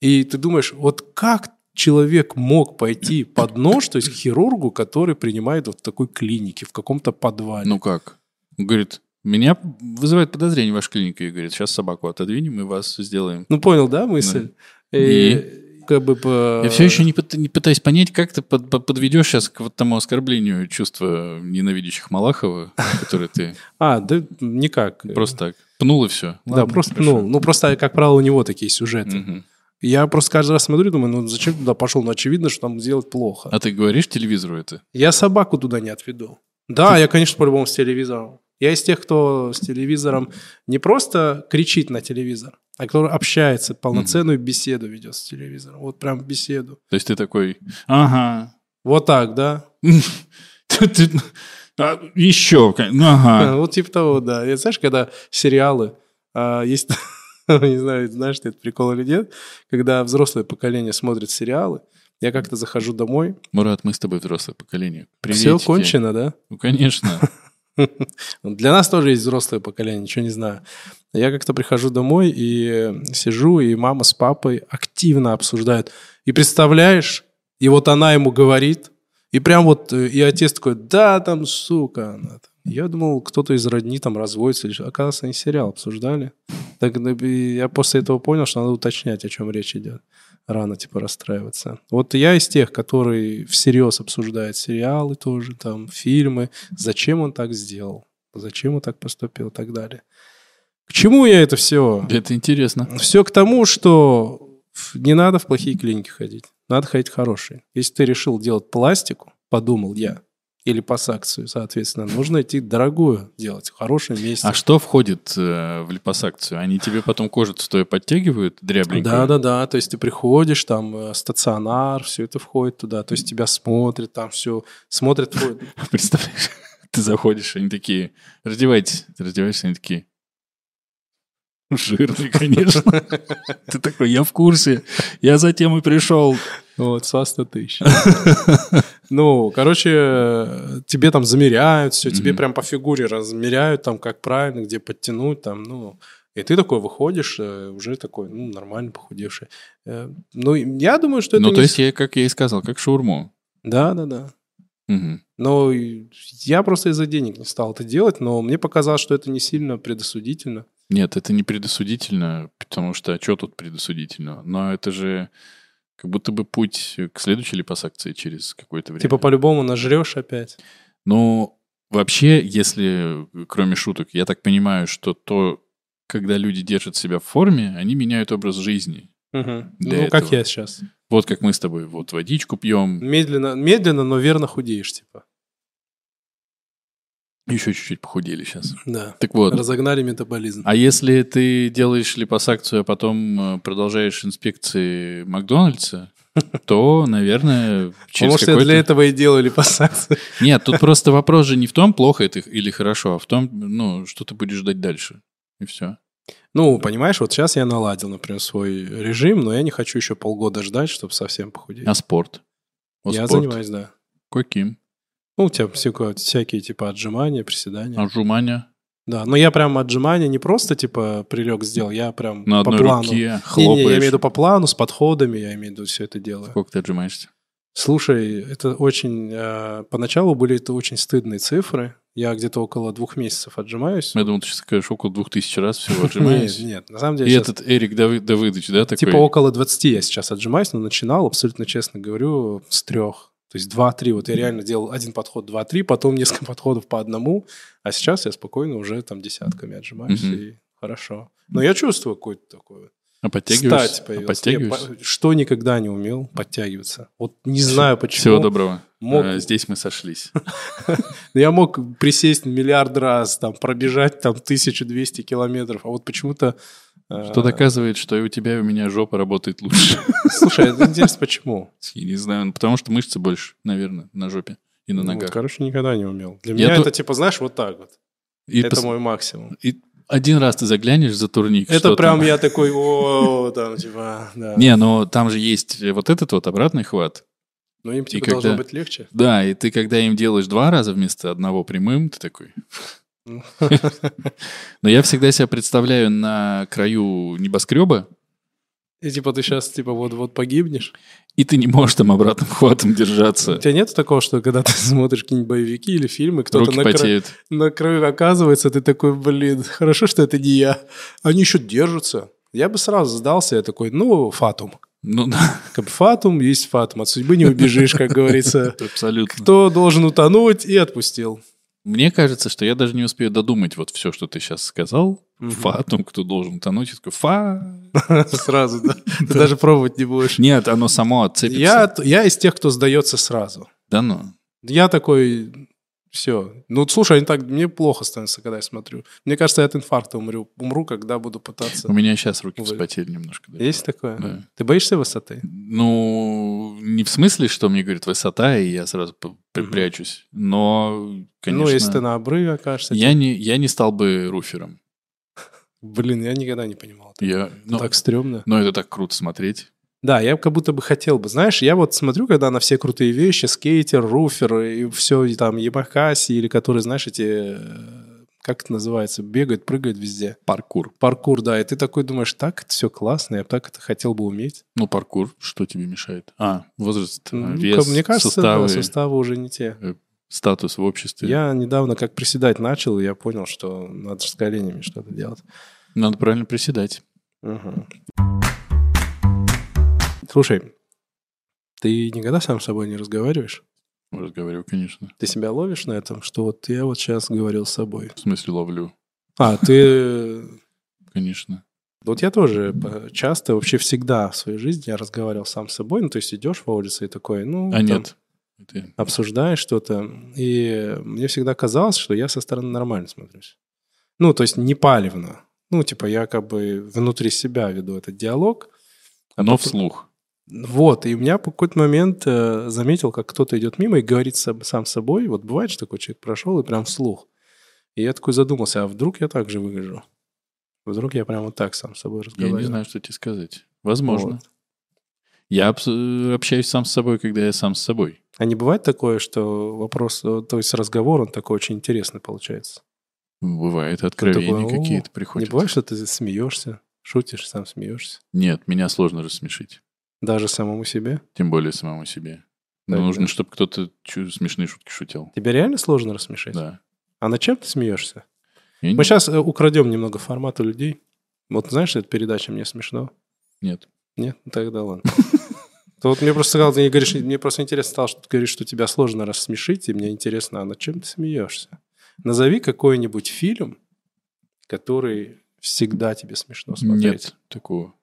S1: И ты думаешь, вот как человек мог пойти под нож, то есть к хирургу, который принимает вот в такой клинике, в каком-то подвале?
S2: Ну как? Он Говорит, меня вызывает подозрение ваша клиника. И говорит, сейчас собаку отодвинем и вас сделаем.
S1: Ну, понял, да, мысль? И, как бы по-
S2: Я все еще не, пыт- не пытаюсь понять, как ты под- под- подведешь сейчас к вот тому оскорблению чувства ненавидящих Малахова, которое ты
S1: А, да никак.
S2: просто так пнул и все.
S1: Да, просто, ну, ну, просто, как правило, у него такие сюжеты. Я просто каждый раз смотрю и думаю, ну, зачем туда пошел? Ну, очевидно, что там делать плохо.
S2: А ты говоришь телевизору это?
S1: Я собаку туда не отведу. Да, я, конечно, по-любому с телевизором. Я из тех, кто с телевизором не просто кричит на телевизор, а кто общается, полноценную беседу ведет с телевизором. Вот прям беседу.
S2: То есть ты такой, ага,
S1: Вот так, да?
S2: а, еще, ну, ага.
S1: Вот типа того, да. И знаешь, когда сериалы а, есть... Не знаю, знаешь ты этот прикол или нет, когда взрослое поколение смотрит сериалы, я как-то захожу домой,
S2: Мурат, мы с тобой взрослое поколение.
S1: все
S2: Приветики.
S1: кончено, да?
S2: Ну, конечно.
S1: Для нас тоже есть взрослое поколение, ничего не знаю. Я как-то прихожу домой и сижу, и мама с папой активно обсуждают. И представляешь, и вот она ему говорит, и прям вот, э, и отец такой, да, там, сука, она там». Я думал, кто-то из родни там разводится. или что. Оказывается, они сериал обсуждали. Так, ну, и я после этого понял, что надо уточнять, о чем речь идет. рано, типа, расстраиваться. Вот я из тех, который всерьез обсуждает сериалы тоже, там, фильмы, зачем он так сделал, зачем он так поступил и так далее. К чему я это все?
S2: Это интересно.
S1: Все к тому, что не надо в плохие клиники ходить, надо ходить в хорошие. Если ты решил делать пластику, подумал я, или по сакцию, соответственно, нужно идти дорогую делать, в хорошем месте.
S2: А что входит э, в липосакцию? Они тебе потом кожицу твою подтягивают дрябленькую?
S1: Да-да-да, то есть ты приходишь, там э, стационар, все это входит туда, то есть тебя смотрят, там все, смотрят твой...
S2: Представляешь, ты заходишь, они такие, раздевайтесь, ты раздеваешься, они такие, жирный, конечно. Ты такой, я в курсе, я затем и пришел.
S1: Вот, со 100 тысяч. Ну, короче, тебе там замеряют все, тебе
S2: Мгм.
S1: прям по фигуре размеряют, там, как правильно, где подтянуть, там, ну... И ты такой выходишь, э, уже такой, ну, нормально похудевший. Э, Ну, и я думаю, что это...
S2: Ну,
S1: не
S2: то
S1: с-
S2: есть, я, как я и сказал, как шаурму.
S1: Да, да, да.
S2: Мгм.
S1: Но и я просто из-за денег не стал это делать, но мне показалось, что это не сильно предосудительно.
S2: Нет, это не предосудительно, потому что что тут предосудительно? Но это же как будто бы путь к следующей липосакции через какое-то время.
S1: Типа, по-любому нажрешь опять.
S2: Ну, вообще, если, э, кроме шуток, я так понимаю, что то, когда люди держат себя в форме, они меняют образ жизни.
S1: Мгм. Ну,
S2: Для
S1: как
S2: этого.
S1: я сейчас.
S2: Вот как мы с тобой вот водичку пьем,
S1: Медленно, медленно, но верно худеешь, типа.
S2: еще чуть-чуть похудели сейчас.
S1: Да.
S2: Так вот,
S1: Разогнали метаболизм.
S2: а если ты делаешь липосакцию, а потом э, продолжаешь инспекции Макдональдса, то, наверное, через
S1: Может, я для
S2: какой-то...
S1: этого и делали пассации.
S2: Нет, тут просто вопрос же не в том, плохо это или хорошо, а в том, ну, что ты будешь ждать дальше. И все.
S1: Ну, понимаешь, вот сейчас я наладил, например, свой режим, но я не хочу еще полгода ждать, чтобы совсем похудеть.
S2: А спорт? Вот
S1: я
S2: спорт.
S1: занимаюсь, да.
S2: Каким?
S1: Ну, у тебя всякое- всякие, типа, отжимания, приседания.
S2: А. Отжимания?
S1: Да, но я прям отжимания не просто, типа, прилег сделал, я прям
S2: На
S1: по
S2: одной
S1: плану.
S2: руке
S1: Не-не,
S2: хлопаешь.
S1: я имею в виду по плану, с подходами, я имею в виду все это делаю.
S2: Сколько ты отжимаешься?
S1: Слушай, это очень... э, поначалу были это очень стыдные цифры. Я где-то около двух месяцев отжимаюсь.
S2: Я думал, ты сейчас скажешь, около двух тысяч раз всего
S1: Нет,
S2: отжимаюсь.
S1: нет, на самом деле
S2: И
S1: сейчас
S2: этот Эрик Давы- Давыдович, да, такой?
S1: Типа около 20 я сейчас отжимаюсь, но начинал, абсолютно честно говорю, с трех. То есть 2-3. Вот я реально делал один подход 2-3, потом несколько подходов по одному, а сейчас я спокойно уже там десятками отжимаюсь,
S2: Мгм.
S1: и хорошо. Но я чувствую какую-то такую
S2: А подтягиваешься?
S1: стать
S2: а
S1: появилась.
S2: подтягиваешься?
S1: Я по- Что никогда не умел, подтягиваться. Вот не знаю почему.
S2: Всего доброго.
S1: Мог-
S2: Э, Здесь мы сошлись.
S1: Но Я мог присесть миллиард раз, там, пробежать там 1200 километров, а вот почему-то... э,
S2: Что доказывает, что и у тебя, и у меня жопа работает лучше.
S1: Слушай, это интересно, почему?
S2: Я не знаю, ну, потому что мышцы больше, наверное, на жопе и на
S1: Ну, вот,
S2: ногах.
S1: короче, никогда не умел. Для
S2: Я
S1: меня
S2: ту-
S1: это типа, знаешь, вот так вот.
S2: И
S1: это
S2: пос-
S1: мой максимум.
S2: и Один раз ты заглянешь за турник.
S1: Это
S2: что
S1: прям
S2: там.
S1: я такой, о, там типа, да.
S2: Не, но там же есть э, вот этот вот обратный хват.
S1: Ну им типа
S2: и когда-
S1: должно быть легче.
S2: Да, и ты когда им делаешь два раза вместо одного прямым, ты такой...
S1: Ну.
S2: Но я всегда себя представляю на краю небоскреба,
S1: И типа ты сейчас типа вот-вот погибнешь.
S2: и ты не можешь там обратным хватом
S1: У
S2: держаться.
S1: тебя нет такого, что когда ты смотришь какие-нибудь боевики или фильмы, кто-то
S2: Руки
S1: на, кра-
S2: потеют.
S1: на краю оказывается, ты такой, блин, хорошо, что это не я. Они еще держатся. Я бы сразу сдался, я такой, ну, фатум.
S2: Ну да,
S1: Как бы фатум есть фатум, от судьбы не убежишь, как говорится.
S2: абсолютно.
S1: Кто должен утонуть и отпустил.
S2: Мне кажется, что я даже не успею додумать вот все, что ты сейчас сказал.
S1: Мгм.
S2: Фатум, кто должен тонуть, я такой, фа.
S1: Сразу, да. Ты даже пробовать не будешь.
S2: Нет, оно само отцепится.
S1: Я, т- я из тех, кто сдается сразу.
S2: Да ну.
S1: Я такой, все. Ну, вот слушай, они так, мне плохо становится, когда я смотрю. Мне кажется, я от инфаркта умру, умру когда буду
S2: У
S1: пытаться.
S2: меня сейчас руки
S1: Блин.
S2: вспотели немножко. да.
S1: Есть такое?
S2: Да.
S1: Ты боишься высоты?
S2: Ну, не в смысле, что мне говорит высота, и я сразу п- при-
S1: Мгм.
S2: прячусь. Но, конечно,
S1: Ну, если ты на обрыве окажешься. типа,
S2: я, не, я не стал бы руфером.
S1: Блин, я никогда не понимал. это.
S2: Я, ну,
S1: так стрёмно.
S2: но это так круто смотреть.
S1: Да, я как будто бы хотел бы. Знаешь, я вот смотрю, когда на все крутые вещи, скейтер, руфер, и все, и там, Ямахаси, или которые, знаешь, эти, э, как это называется, бегают, прыгают везде.
S2: Паркур.
S1: паркур, да, и ты такой думаешь, так, это все классно, я бы так это хотел бы уметь.
S2: Ну, паркур, что тебе мешает? А, возраст, э,
S1: Ну,
S2: вес,
S1: ко- мне кажется,
S2: суставы,
S1: да, суставы уже не те.
S2: статус в обществе.
S1: Я недавно как приседать начал, и я понял, что надо с коленями что-то делать.
S2: Надо правильно приседать.
S1: Мгм. Слушай, ты никогда сам с собой не разговариваешь?
S2: Разговариваю, конечно.
S1: Ты себя ловишь на этом, что вот я вот сейчас говорил с собой?
S2: В смысле ловлю,
S1: А, ты...
S2: конечно.
S1: Вот я тоже по- часто, вообще всегда в своей жизни я разговаривал сам с собой. Ну, то есть идешь по улице и такой, ну...
S2: А
S1: там
S2: нет. Это-
S1: Обсуждаешь что-то. И мне всегда казалось, что я со стороны нормально смотрюсь. Ну, то есть не палевно. Ну, типа я как бы внутри себя веду этот диалог. А
S2: Но вслух.
S1: Вот, и у меня по какой-то момент э, заметил, как кто-то идет мимо и говорит сам, сам с собой. Вот бывает, что такой человек прошел и прям вслух. И я такой задумался, а вдруг я так же выгляжу? Вдруг я прям вот так сам с собой
S2: Я
S1: разговариваю?
S2: не знаю, что тебе сказать. Возможно.
S1: Вот.
S2: Я абс- общаюсь сам с собой, когда я сам с собой.
S1: А не бывает такое, что вопрос, э, то есть разговор, он такой очень интересный получается?
S2: Бывает, откровения
S1: такой, «О,
S2: какие-то
S1: Не
S2: приходят.
S1: бывает, что ты смеешься, шутишь, сам смеешься?
S2: Нет, меня сложно рассмешить.
S1: Даже самому себе?
S2: Тем более самому себе.
S1: Так, да.
S2: Нужно, чтобы кто-то чу- смешные шутки шутил.
S1: Тебе реально сложно рассмешить?
S2: Да.
S1: А над чем ты смеешься?
S2: Я не-
S1: Мы сейчас украдем немного формат у людей. Вот знаешь, эта передача «Мне смешно».
S2: Нет.
S1: Нет, ну тогда ладно. То вот мне просто сказал, ты не говоришь, мне просто интересно стало, что ты говоришь, что тебя сложно рассмешить, и мне интересно, а над чем ты смеешься? Назови какой-нибудь фильм, который всегда тебе смешно смотреть.
S2: Нет такого.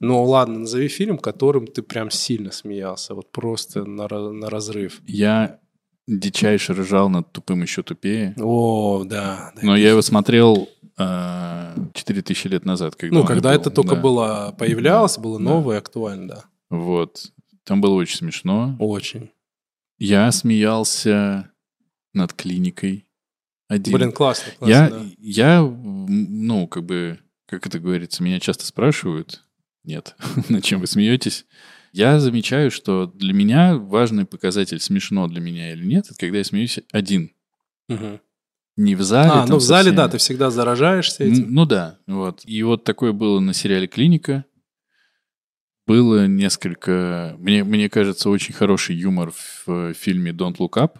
S1: Ну ладно, назови фильм, которым ты прям сильно смеялся, вот просто на, ра- на разрыв.
S2: Я дичайше ржал над тупым еще тупее.
S1: О, да. да.
S2: Но я его смотрел а, 4000 лет назад. Когда
S1: ну,
S2: он
S1: когда
S2: был,
S1: это только
S2: да.
S1: было, появлялось, было
S2: да.
S1: новое, актуально, да.
S2: Вот. Там было очень смешно.
S1: Очень.
S2: Я смеялся над клиникой. Один.
S1: Блин, классно, классно,
S2: я,
S1: да.
S2: я, м, ну, как бы, как это говорится, меня часто спрашивают. Нет, над чем вы смеетесь? Я замечаю, что для меня важный показатель, смешно для меня или нет, это когда я смеюсь один.
S1: Мгм.
S2: Не в зале.
S1: а,
S2: там
S1: ну в
S2: со
S1: зале,
S2: всеми.
S1: да, ты всегда заражаешься
S2: М,
S1: этим.
S2: Ну да, вот. И вот такое было на сериале «Клиника». Было несколько... Мне, мне кажется, очень хороший юмор в э, фильме «Don't Look Up».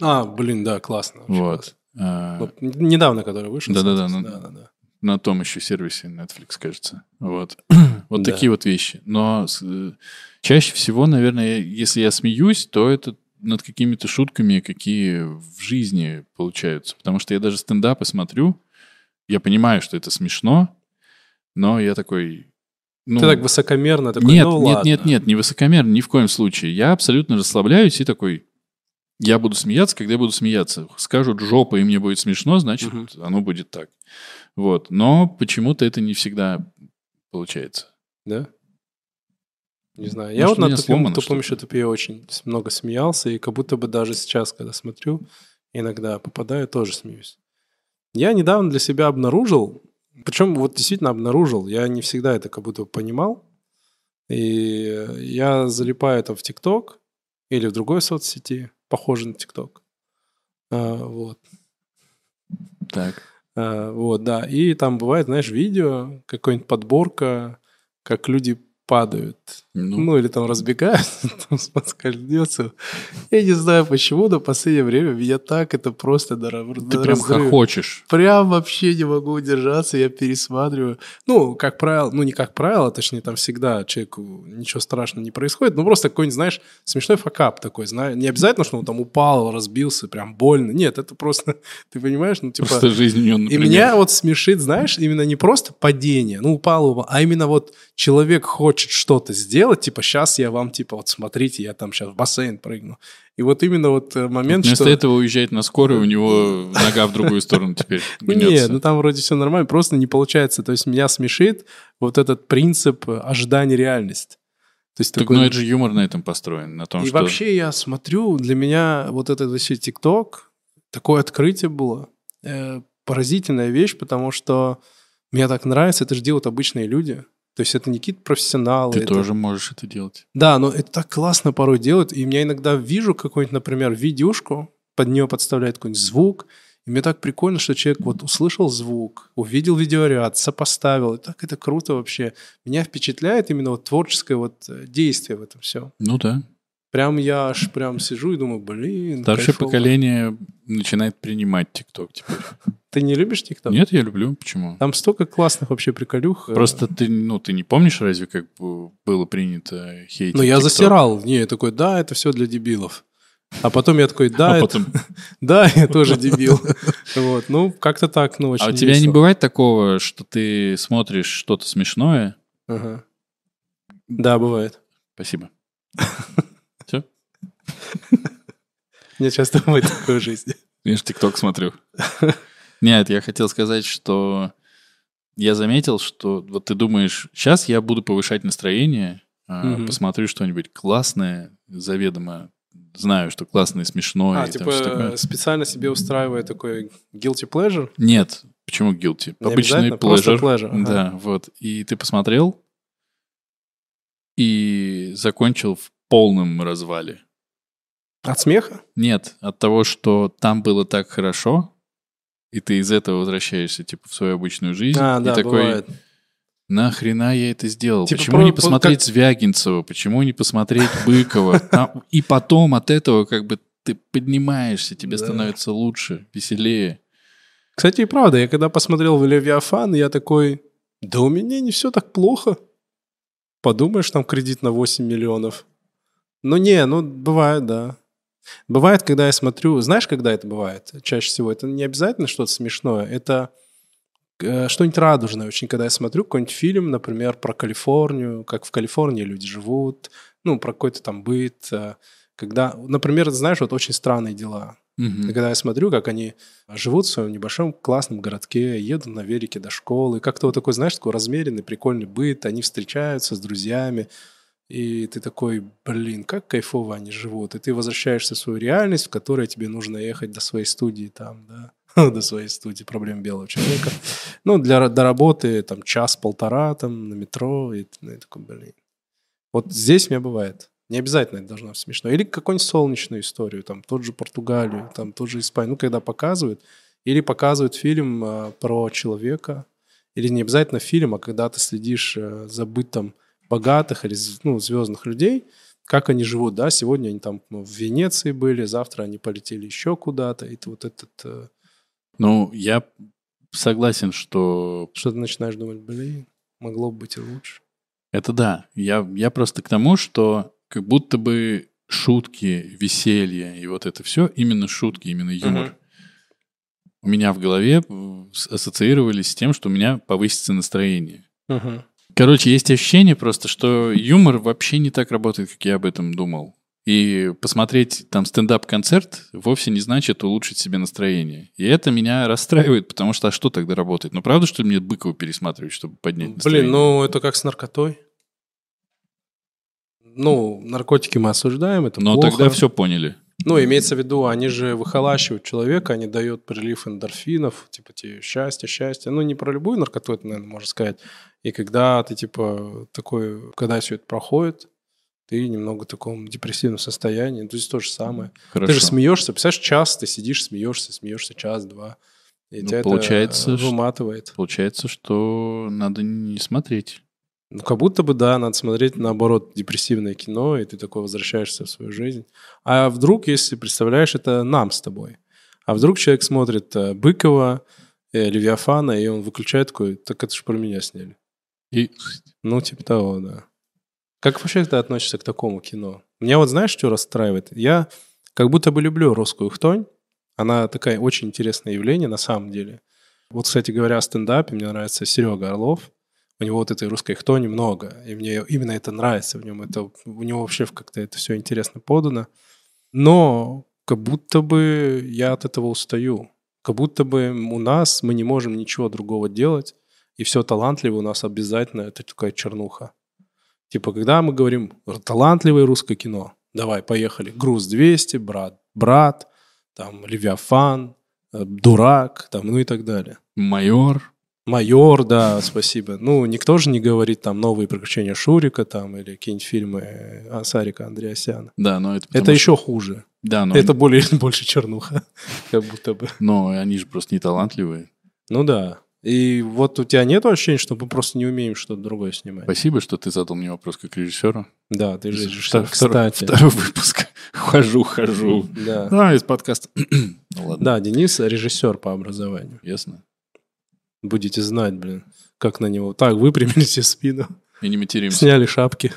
S1: А, блин, да, классно. вообще
S2: Вот.
S1: классно.
S2: А,
S1: Ну, н- недавно, который вышел.
S2: Да-да-да,
S1: соответственно,
S2: ну-
S1: да-да-да.
S2: на том еще сервисе Netflix, кажется. Вот. вот
S1: Да.
S2: такие вот вещи. Но с- э, чаще всего, наверное, если я смеюсь, то это над какими-то шутками, какие в жизни получаются. Потому что я даже стендапы смотрю, я понимаю, что это смешно, но я такой... ну,
S1: Ты так высокомерно такой,
S2: нет,
S1: ну
S2: нет,
S1: ладно.
S2: нет, нет, не высокомерно, ни в коем случае. Я абсолютно расслабляюсь и такой, я буду смеяться, когда я буду смеяться. Скажут жопа, и мне будет смешно, значит,
S1: Мгм.
S2: оно будет так. Вот. Но почему-то это не всегда получается.
S1: Да? Не знаю. Я вот
S2: Может, ну, у меня
S1: над тупым,
S2: сломано
S1: тупым
S2: что-то?
S1: еще тупее очень с- много смеялся, и как будто бы даже сейчас, когда смотрю, иногда попадаю, тоже смеюсь. Я недавно для себя обнаружил, причем вот действительно обнаружил, я не всегда это как будто бы понимал, и э, я залипаю там в ТикТок или в другой соцсети, похожей на ТикТок. А, Вот.
S2: Так.
S1: А, Вот, да. И там бывает, знаешь, видео, какая-нибудь подборка, как люди падают.
S2: Ну,
S1: Ну, или там разбегаются, там споскользнется. Я не знаю почему, но в последнее время меня так это просто до ра-
S2: ты
S1: до
S2: прям
S1: разрыва.
S2: хохочешь.
S1: Прям вообще не могу удержаться, я пересматриваю. Ну, как правило, ну не как правило, точнее, там всегда человеку ничего страшного не происходит, ну просто какой-нибудь, знаешь, смешной факап такой, знаешь, не обязательно, что он там упал, разбился, прям больно, нет, это просто, ты понимаешь, ну типа...
S2: Просто жизнь у него,
S1: И
S2: например.
S1: меня вот смешит, знаешь, именно не просто падение, ну упал, упал, а именно вот человек хочет что-то сделать, типа сейчас я вам, типа вот смотрите, я там сейчас в бассейн прыгну. И вот именно вот э, момент,
S2: Вместо
S1: что...
S2: этого уезжает на скорую, у него нога в другую сторону теперь
S1: Ну,
S2: гнется.
S1: Нет, ну там вроде все нормально, просто не получается. То есть меня смешит вот этот принцип э, ожидания реальности. То есть
S2: Так,
S1: такой-
S2: ну это же юмор на этом построен, на том,
S1: И
S2: что...
S1: вообще я смотрю, для меня вот этот вообще ТикТок, такое открытие было. Э, поразительная вещь, потому что мне так нравится, это же делают обычные люди. То есть это не какие-то профессионалы.
S2: Ты
S1: это-
S2: тоже можешь это делать.
S1: Да, но это так классно порой делают. И я иногда вижу какую-нибудь, например, видюшку, под нее подставляет какой-нибудь звук. И мне так прикольно, что человек вот услышал звук, увидел видеоряд, сопоставил. И так это круто вообще. Меня впечатляет именно вот творческое вот э, действие в этом всем.
S2: Ну да.
S1: Прям я аж прям сижу и думаю, блин.
S2: Старшее
S1: кайфово.
S2: поколение начинает принимать ТикТок теперь.
S1: Ты не любишь ТикТок?
S2: Нет, я люблю. Почему?
S1: Там столько классных вообще приколюх. э,
S2: Просто ты, ну, ты не помнишь, разве как бу- было принято хейтить?
S1: Ну, я
S2: TikTok?
S1: засирал. Не, я такой, да, это все для дебилов. А потом я такой, да,
S2: А
S1: это-
S2: потом-
S1: да, я тоже дебил. Вот, ну, как-то так, ну, очень
S2: А у тебя не
S1: весело.
S2: бывает такого, что ты смотришь что-то смешное?
S1: Ага. Да, бывает.
S2: Спасибо.
S1: Мне часто бывает такое в жизни.
S2: Я же ТикТок смотрю. Нет, я хотел сказать, что я заметил, что вот ты думаешь, сейчас я буду повышать настроение, а,
S1: Мгм.
S2: посмотрю что-нибудь классное, заведомо знаю, что классное, смешное.
S1: А,
S2: и там всё такое.
S1: типа специально себе устраивая такой guilty pleasure?
S2: Нет, почему guilty?
S1: Не
S2: Обычный
S1: обязательно, просто
S2: pleasure.
S1: pleasure, ага.
S2: Да, вот. И ты посмотрел и закончил в полном развале.
S1: От смеха?
S2: Нет, от того, что там было так хорошо, и ты из этого возвращаешься, типа, в свою обычную жизнь.
S1: А,
S2: и
S1: да,
S2: такой,
S1: бывает.
S2: нахрена я это сделал?
S1: Типа
S2: Почему
S1: про-
S2: не
S1: вот
S2: посмотреть Звягинцева? Почему не посмотреть Быкова? Там- И потом от этого как бы ты поднимаешься, тебе
S1: Да.
S2: становится лучше, веселее.
S1: Кстати, и правда, я когда посмотрел в «Левиафан», я такой, да у меня не все так плохо. Подумаешь, там кредит на 8 миллионов. Ну не, ну бывает, да. Бывает, когда я смотрю... Знаешь, когда это бывает чаще всего? Это не обязательно что-то смешное. Это э, что-нибудь радужное очень. Когда я смотрю какой-нибудь фильм, например, про Калифорнию, как в Калифорнии люди живут, ну, про какой-то там быт. э, Когда, например, знаешь, вот очень странные дела.
S2: Мгм.
S1: И Когда я смотрю, как они живут в своем небольшом классном городке, едут на велике до школы, как-то вот такой, знаешь, такой размеренный, прикольный быт, они встречаются с друзьями, и ты такой, блин, как кайфово они живут. И ты возвращаешься в свою реальность, в которой тебе нужно ехать до своей студии там, да, до своей студии проблем белого человека. Ну, для, ра- до работы там час-полтора там на метро, и, т- ну, и такой, блин. Вот здесь у меня бывает. Не обязательно это должно быть смешно. Или какую-нибудь солнечную историю, там, тот же Португалию, там, тот же Испанию, ну, когда показывают. Или показывают фильм э, про человека. Или не обязательно фильм, а когда ты следишь э, за бытом богатых или з- ну, звездных людей, как они живут, да, сегодня они там ну, в Венеции были, завтра они полетели еще куда-то, и ты вот этот, э,
S2: Ну, я согласен, что
S1: что ты начинаешь думать, блин, могло бы быть и лучше.
S2: Это да. Я, я просто к тому, что как будто бы шутки, веселье и вот это все, именно шутки, именно юмор,
S1: Мгм.
S2: у меня в голове м, с- ассоциировались с тем, что у меня повысится настроение. Короче, есть ощущение просто, что юмор вообще не так работает, как я об этом думал. И посмотреть там стендап-концерт вовсе не значит улучшить себе настроение. И это меня расстраивает, потому что а что тогда работает? Ну правда, что ли, мне Быкова пересматривать, чтобы поднять настроение?
S1: Блин, ну это как с наркотой. Ну, наркотики мы осуждаем, это
S2: Но
S1: плохо.
S2: тогда все поняли.
S1: Ну, имеется в виду, они же выхолащивают человека, они дают прилив эндорфинов, типа тебе счастье, счастье. Ну, не про любую наркоту, это, наверное, можно сказать. И когда ты, типа, такой, когда все это проходит, ты немного в таком депрессивном состоянии. Ну, То есть то же самое.
S2: Хорошо.
S1: Ты же смеешься, представляешь, час ты сидишь, смеешься, смеешься час-два. И
S2: Ну,
S1: тебя
S2: получается,
S1: это
S2: что-
S1: выматывает.
S2: Получается, что надо не смотреть.
S1: Ну, как будто бы, да, надо смотреть, наоборот, депрессивное кино, и ты такой возвращаешься в свою жизнь. А вдруг, если представляешь, это нам с тобой. А вдруг человек смотрит э, Быкова, э, Левиафана, и он выключает такой, так это же про меня сняли.
S2: И
S1: Ну, типа того, да. Как вообще ты относишься к такому кино? Меня вот знаешь, что расстраивает? Я как будто бы люблю русскую хтонь. Она такая очень интересное явление на самом деле. Вот, кстати говоря, о стендапе мне нравится Серега Орлов. У него вот этой русской хтони много. И мне именно это нравится в нем. Это, у него вообще как-то это все интересно подано. Но как будто бы я от этого устаю. Как будто бы у нас мы не можем ничего другого делать, и все талантливое у нас обязательно это такая чернуха. Типа, когда мы говорим талантливое русское кино, давай, поехали. Груз 200, брат, брат, там, Левиафан, э, Дурак, там, ну и так далее.
S2: майор.
S1: Майор, да, спасибо. Ну, никто же не говорит там новые приключения Шурика там или какие-нибудь фильмы э, Асарика Андреасяна.
S2: Да, но это потому
S1: это
S2: что-
S1: еще хуже.
S2: Да, но,
S1: Это более, больше чернуха, Ну, как будто бы.
S2: но они же просто не талантливые.
S1: Ну да. И вот у тебя нет ощущения, что мы просто не умеем что-то другое снимать?
S2: Спасибо, что ты задал мне вопрос как режиссера.
S1: Да, ты же
S2: Втор-
S1: режиссер.
S2: втор-
S1: Кстати,
S2: Второй выпуск. Хожу, хожу.
S1: Да.
S2: А, из подкаста. Ну ладно,
S1: Да, Денис режиссер по образованию.
S2: ясно.
S1: Будете знать, блин, как на него. Так, выпрямили себе спину,
S2: И не материмся.
S1: сняли шапки.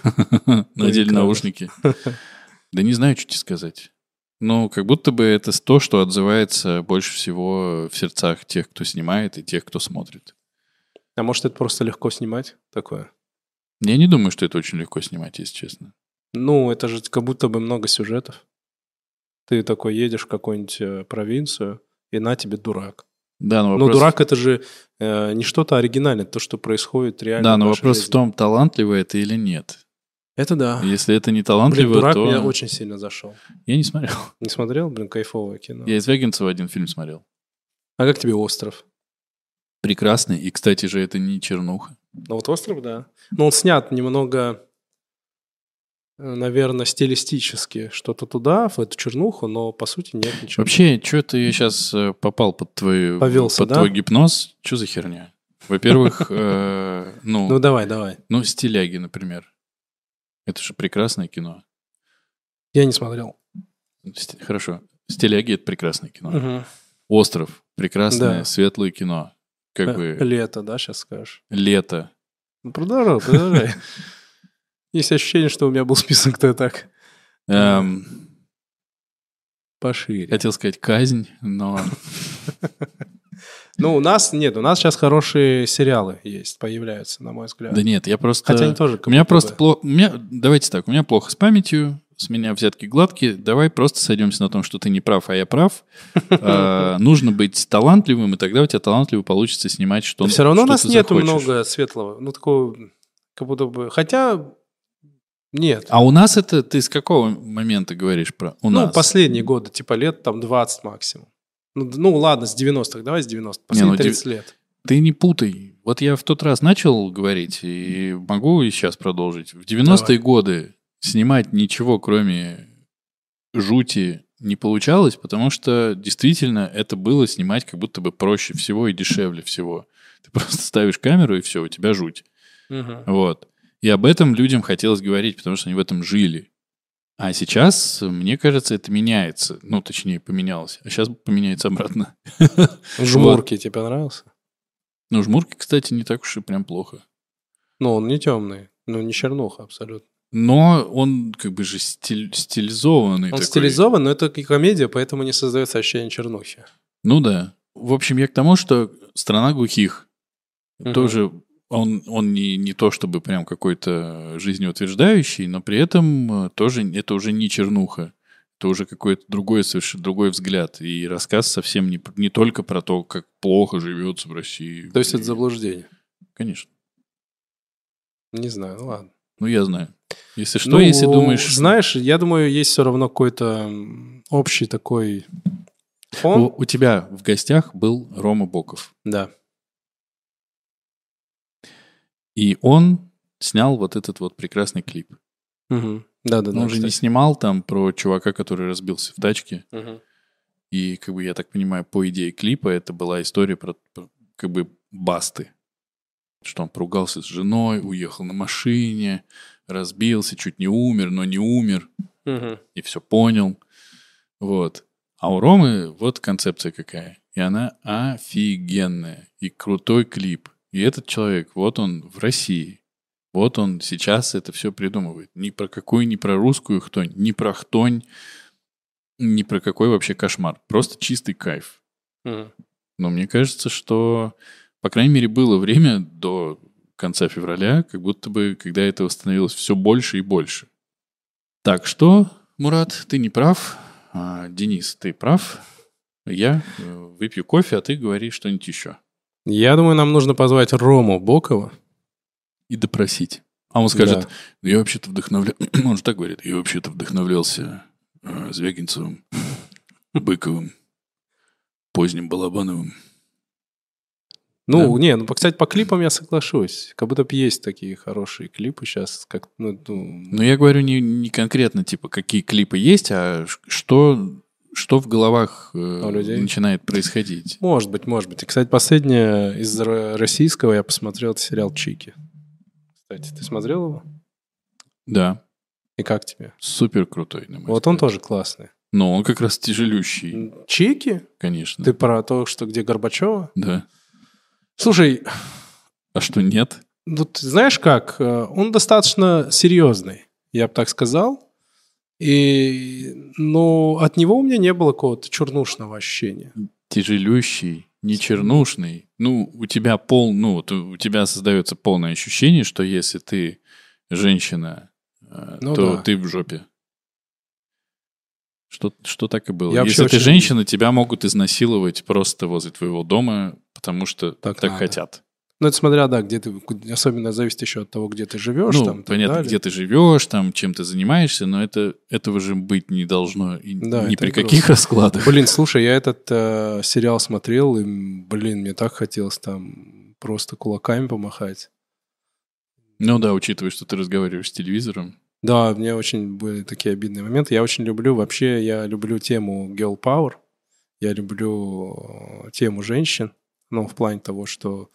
S2: Надели
S1: Прекрасно.
S2: наушники. Да не знаю, что тебе сказать. Ну, как будто бы это то, что отзывается больше всего в сердцах тех, кто снимает, и тех, кто смотрит.
S1: А может, это просто легко снимать такое?
S2: Я не думаю, что это очень легко снимать, если честно.
S1: Ну, это же как будто бы много сюжетов. Ты такой едешь в какую-нибудь э, провинцию, и на тебе дурак.
S2: Да, но
S1: Ну,
S2: вопрос,
S1: дурак это же э, не что-то оригинальное, то, что происходит реально.
S2: да,
S1: в
S2: но
S1: нашей
S2: вопрос в
S1: жизни.
S2: том, талантливо это или нет.
S1: Это да.
S2: Если это не
S1: Блин,
S2: талантливо,
S1: дурак
S2: то...
S1: меня очень сильно зашел.
S2: Я не смотрел.
S1: Не смотрел, блин, кайфовое кино.
S2: Я из Вегенцева один фильм смотрел.
S1: А как тебе остров?
S2: Прекрасный. И, кстати же, это не чернуха.
S1: Ну вот остров, да. Но Ну, он снят немного, э, наверное, стилистически. Что-то туда, в эту чернуху, но по сути нет ничего.
S2: Вообще, что ты сейчас э, попал под твой,
S1: Повелся,
S2: под
S1: да?
S2: твой гипноз? Что за херня? Во-первых, э,
S1: Ну
S2: ну,
S1: давай, давай.
S2: ну, стиляги, например. Это же прекрасное кино.
S1: Я не смотрел.
S2: Сти- Хорошо. Стиляги — это прекрасное кино.
S1: Мгм.
S2: Остров — прекрасное,
S1: Да.
S2: светлое кино. Как бы
S1: Э, Лето, да, сейчас скажешь.
S2: лето.
S1: Ну, Продолжай, продолжай. Есть ощущение, что у меня был список то так
S2: Эм,
S1: пошире. Э,
S2: Хотел сказать казнь, но
S1: Ну, у нас нет, у нас сейчас хорошие сериалы есть, появляются, на мой взгляд.
S2: да нет, я просто.
S1: Хотя они тоже. как
S2: У меня
S1: будто
S2: просто
S1: бы-
S2: плохо. У меня... Давайте так, у меня плохо с памятью, с меня взятки гладкие. Давай просто сойдемся на том, что ты не прав, а я прав. Э, Нужно быть талантливым, и тогда у тебя талантливо получится снимать что-то.
S1: Все равно у
S2: что
S1: нас
S2: ты
S1: нету
S2: захочешь.
S1: много светлого. Ну, такого, как будто бы. Хотя. Нет.
S2: А у нас это ты с какого момента говоришь про у
S1: ну,
S2: нас?
S1: последние годы, типа лет там 20 максимум. Ну, д- ну, ладно, с 90-х, давай с 90-х. Последние
S2: ну, дев-
S1: 30 лет.
S2: Ты не путай. Вот я в тот раз начал говорить, и могу и сейчас продолжить. В 90-е
S1: Давай.
S2: годы снимать ничего, кроме жути, не получалось, потому что действительно это было снимать как будто бы проще всего и дешевле всего. Ты просто ставишь камеру, и все, у тебя жуть.
S1: Мгм.
S2: Вот. И об этом людям хотелось говорить, потому что они в этом жили. А сейчас, мне кажется, это меняется. Ну, точнее, поменялось. А сейчас поменяется обратно.
S1: Жмурки тебе понравился?
S2: Но жмурки, кстати, не так уж и прям плохо.
S1: Ну, он не темный. Ну, не чернуха абсолютно.
S2: Но он как бы же стиль- стилизованный.
S1: Он
S2: такой.
S1: стилизован, но это и комедия, поэтому не создается ощущение чернухи.
S2: Ну да. В общем, я к тому, что страна глухих
S1: Мгм.
S2: тоже он, он не, не то чтобы прям какой-то жизнеутверждающий, но при этом э, тоже это уже не чернуха. Это уже какой-то другой, совершенно другой взгляд. И рассказ совсем не, п- не только про то, как плохо живется в России.
S1: То есть это заблуждение.
S2: Конечно.
S1: Не знаю, ну ладно.
S2: Ну, я знаю. Если что,
S1: Ну,
S2: если думаешь...
S1: Знаешь, я думаю, есть все равно какой-то м, общий такой фон.
S2: У, у тебя в гостях был Рома Боков.
S1: Да.
S2: И он снял вот этот вот прекрасный клип.
S1: Мгм. Да-да-да.
S2: Но он же не
S1: кстати.
S2: снимал там про чувака, который разбился в тачке.
S1: Мгм.
S2: И, как бы, я так понимаю, по идее клипа это была история про, про, как бы, басты. Что он поругался с женой, уехал на машине, разбился, чуть не умер, но не умер
S1: Мгм.
S2: и все понял. Вот. А у Ромы вот концепция какая. И она офигенная. И крутой клип. И этот человек, вот он в России. Вот он сейчас это все придумывает. Ни про какую, ни про русскую хтонь, ни про хтонь, ни про какой вообще кошмар. Просто чистый кайф.
S1: Мгм.
S2: Но мне кажется, что, по крайней мере, было время до конца февраля, как будто бы, когда этого становилось все больше и больше. Так что, Мурат, ты не прав. А, Денис, ты прав. Я э, выпью кофе, а ты говори что-нибудь еще.
S1: Я думаю, нам нужно позвать Рому Бокова.
S2: И допросить. А он скажет,
S1: Да.
S2: «Да я вообще-то вдохновлял... он же так говорит, я вообще-то вдохновлялся э, Звягинцевым, Быковым, поздним Балабановым.
S1: Ну,
S2: Да.
S1: не, ну, по- кстати, по клипам я соглашусь. Как будто бы есть такие хорошие клипы сейчас. Как, ну, ну,
S2: Ну, я говорю не, не конкретно, типа, какие клипы есть, а ш- что, что в головах э,
S1: А У людей?
S2: начинает происходить.
S1: Может быть, может быть. И, кстати, последнее из ро- российского я посмотрел это сериал «Чики». Кстати, ты смотрел его?
S2: Да.
S1: И как тебе?
S2: Супер крутой, на мой
S1: Вот он
S2: взгляд.
S1: тоже классный.
S2: Но он как раз тяжелющий,
S1: Чики?
S2: конечно.
S1: Ты про то, что где Горбачева?
S2: Да.
S1: Слушай,
S2: А что нет?
S1: ну ты знаешь как, э, он достаточно серьезный, я бы так сказал. И, но от него у меня не было какого-то чернушного ощущения.
S2: Тяжелющий, не чернушный. Ну, у тебя пол, ну, вот у у тебя создается полное ощущение, что если ты женщина, э,
S1: Ну
S2: то
S1: да.
S2: ты в жопе. Что, что так и было.
S1: Я вообще
S2: если ты
S1: очень-
S2: женщина, тебя могут изнасиловать просто возле твоего дома, потому что
S1: Так
S2: так,
S1: надо.
S2: хотят.
S1: Но Ну, это смотря, да, где ты, особенно зависит еще от того, где ты живешь.
S2: ну,
S1: там, и так
S2: понятно,
S1: далее.
S2: где ты живешь, там, чем ты занимаешься, но это, этого же быть не должно и
S1: Да,
S2: ни
S1: это
S2: при
S1: грустно.
S2: каких раскладах.
S1: Блин, слушай, я этот э, сериал смотрел, и, м, блин, мне так хотелось там просто кулаками помахать.
S2: Ну да, учитывая, что ты разговариваешь с телевизором.
S1: Да, мне очень были такие обидные моменты. Я очень люблю, вообще, я люблю тему girl power. Я люблю э, тему женщин. Ну, в плане того, что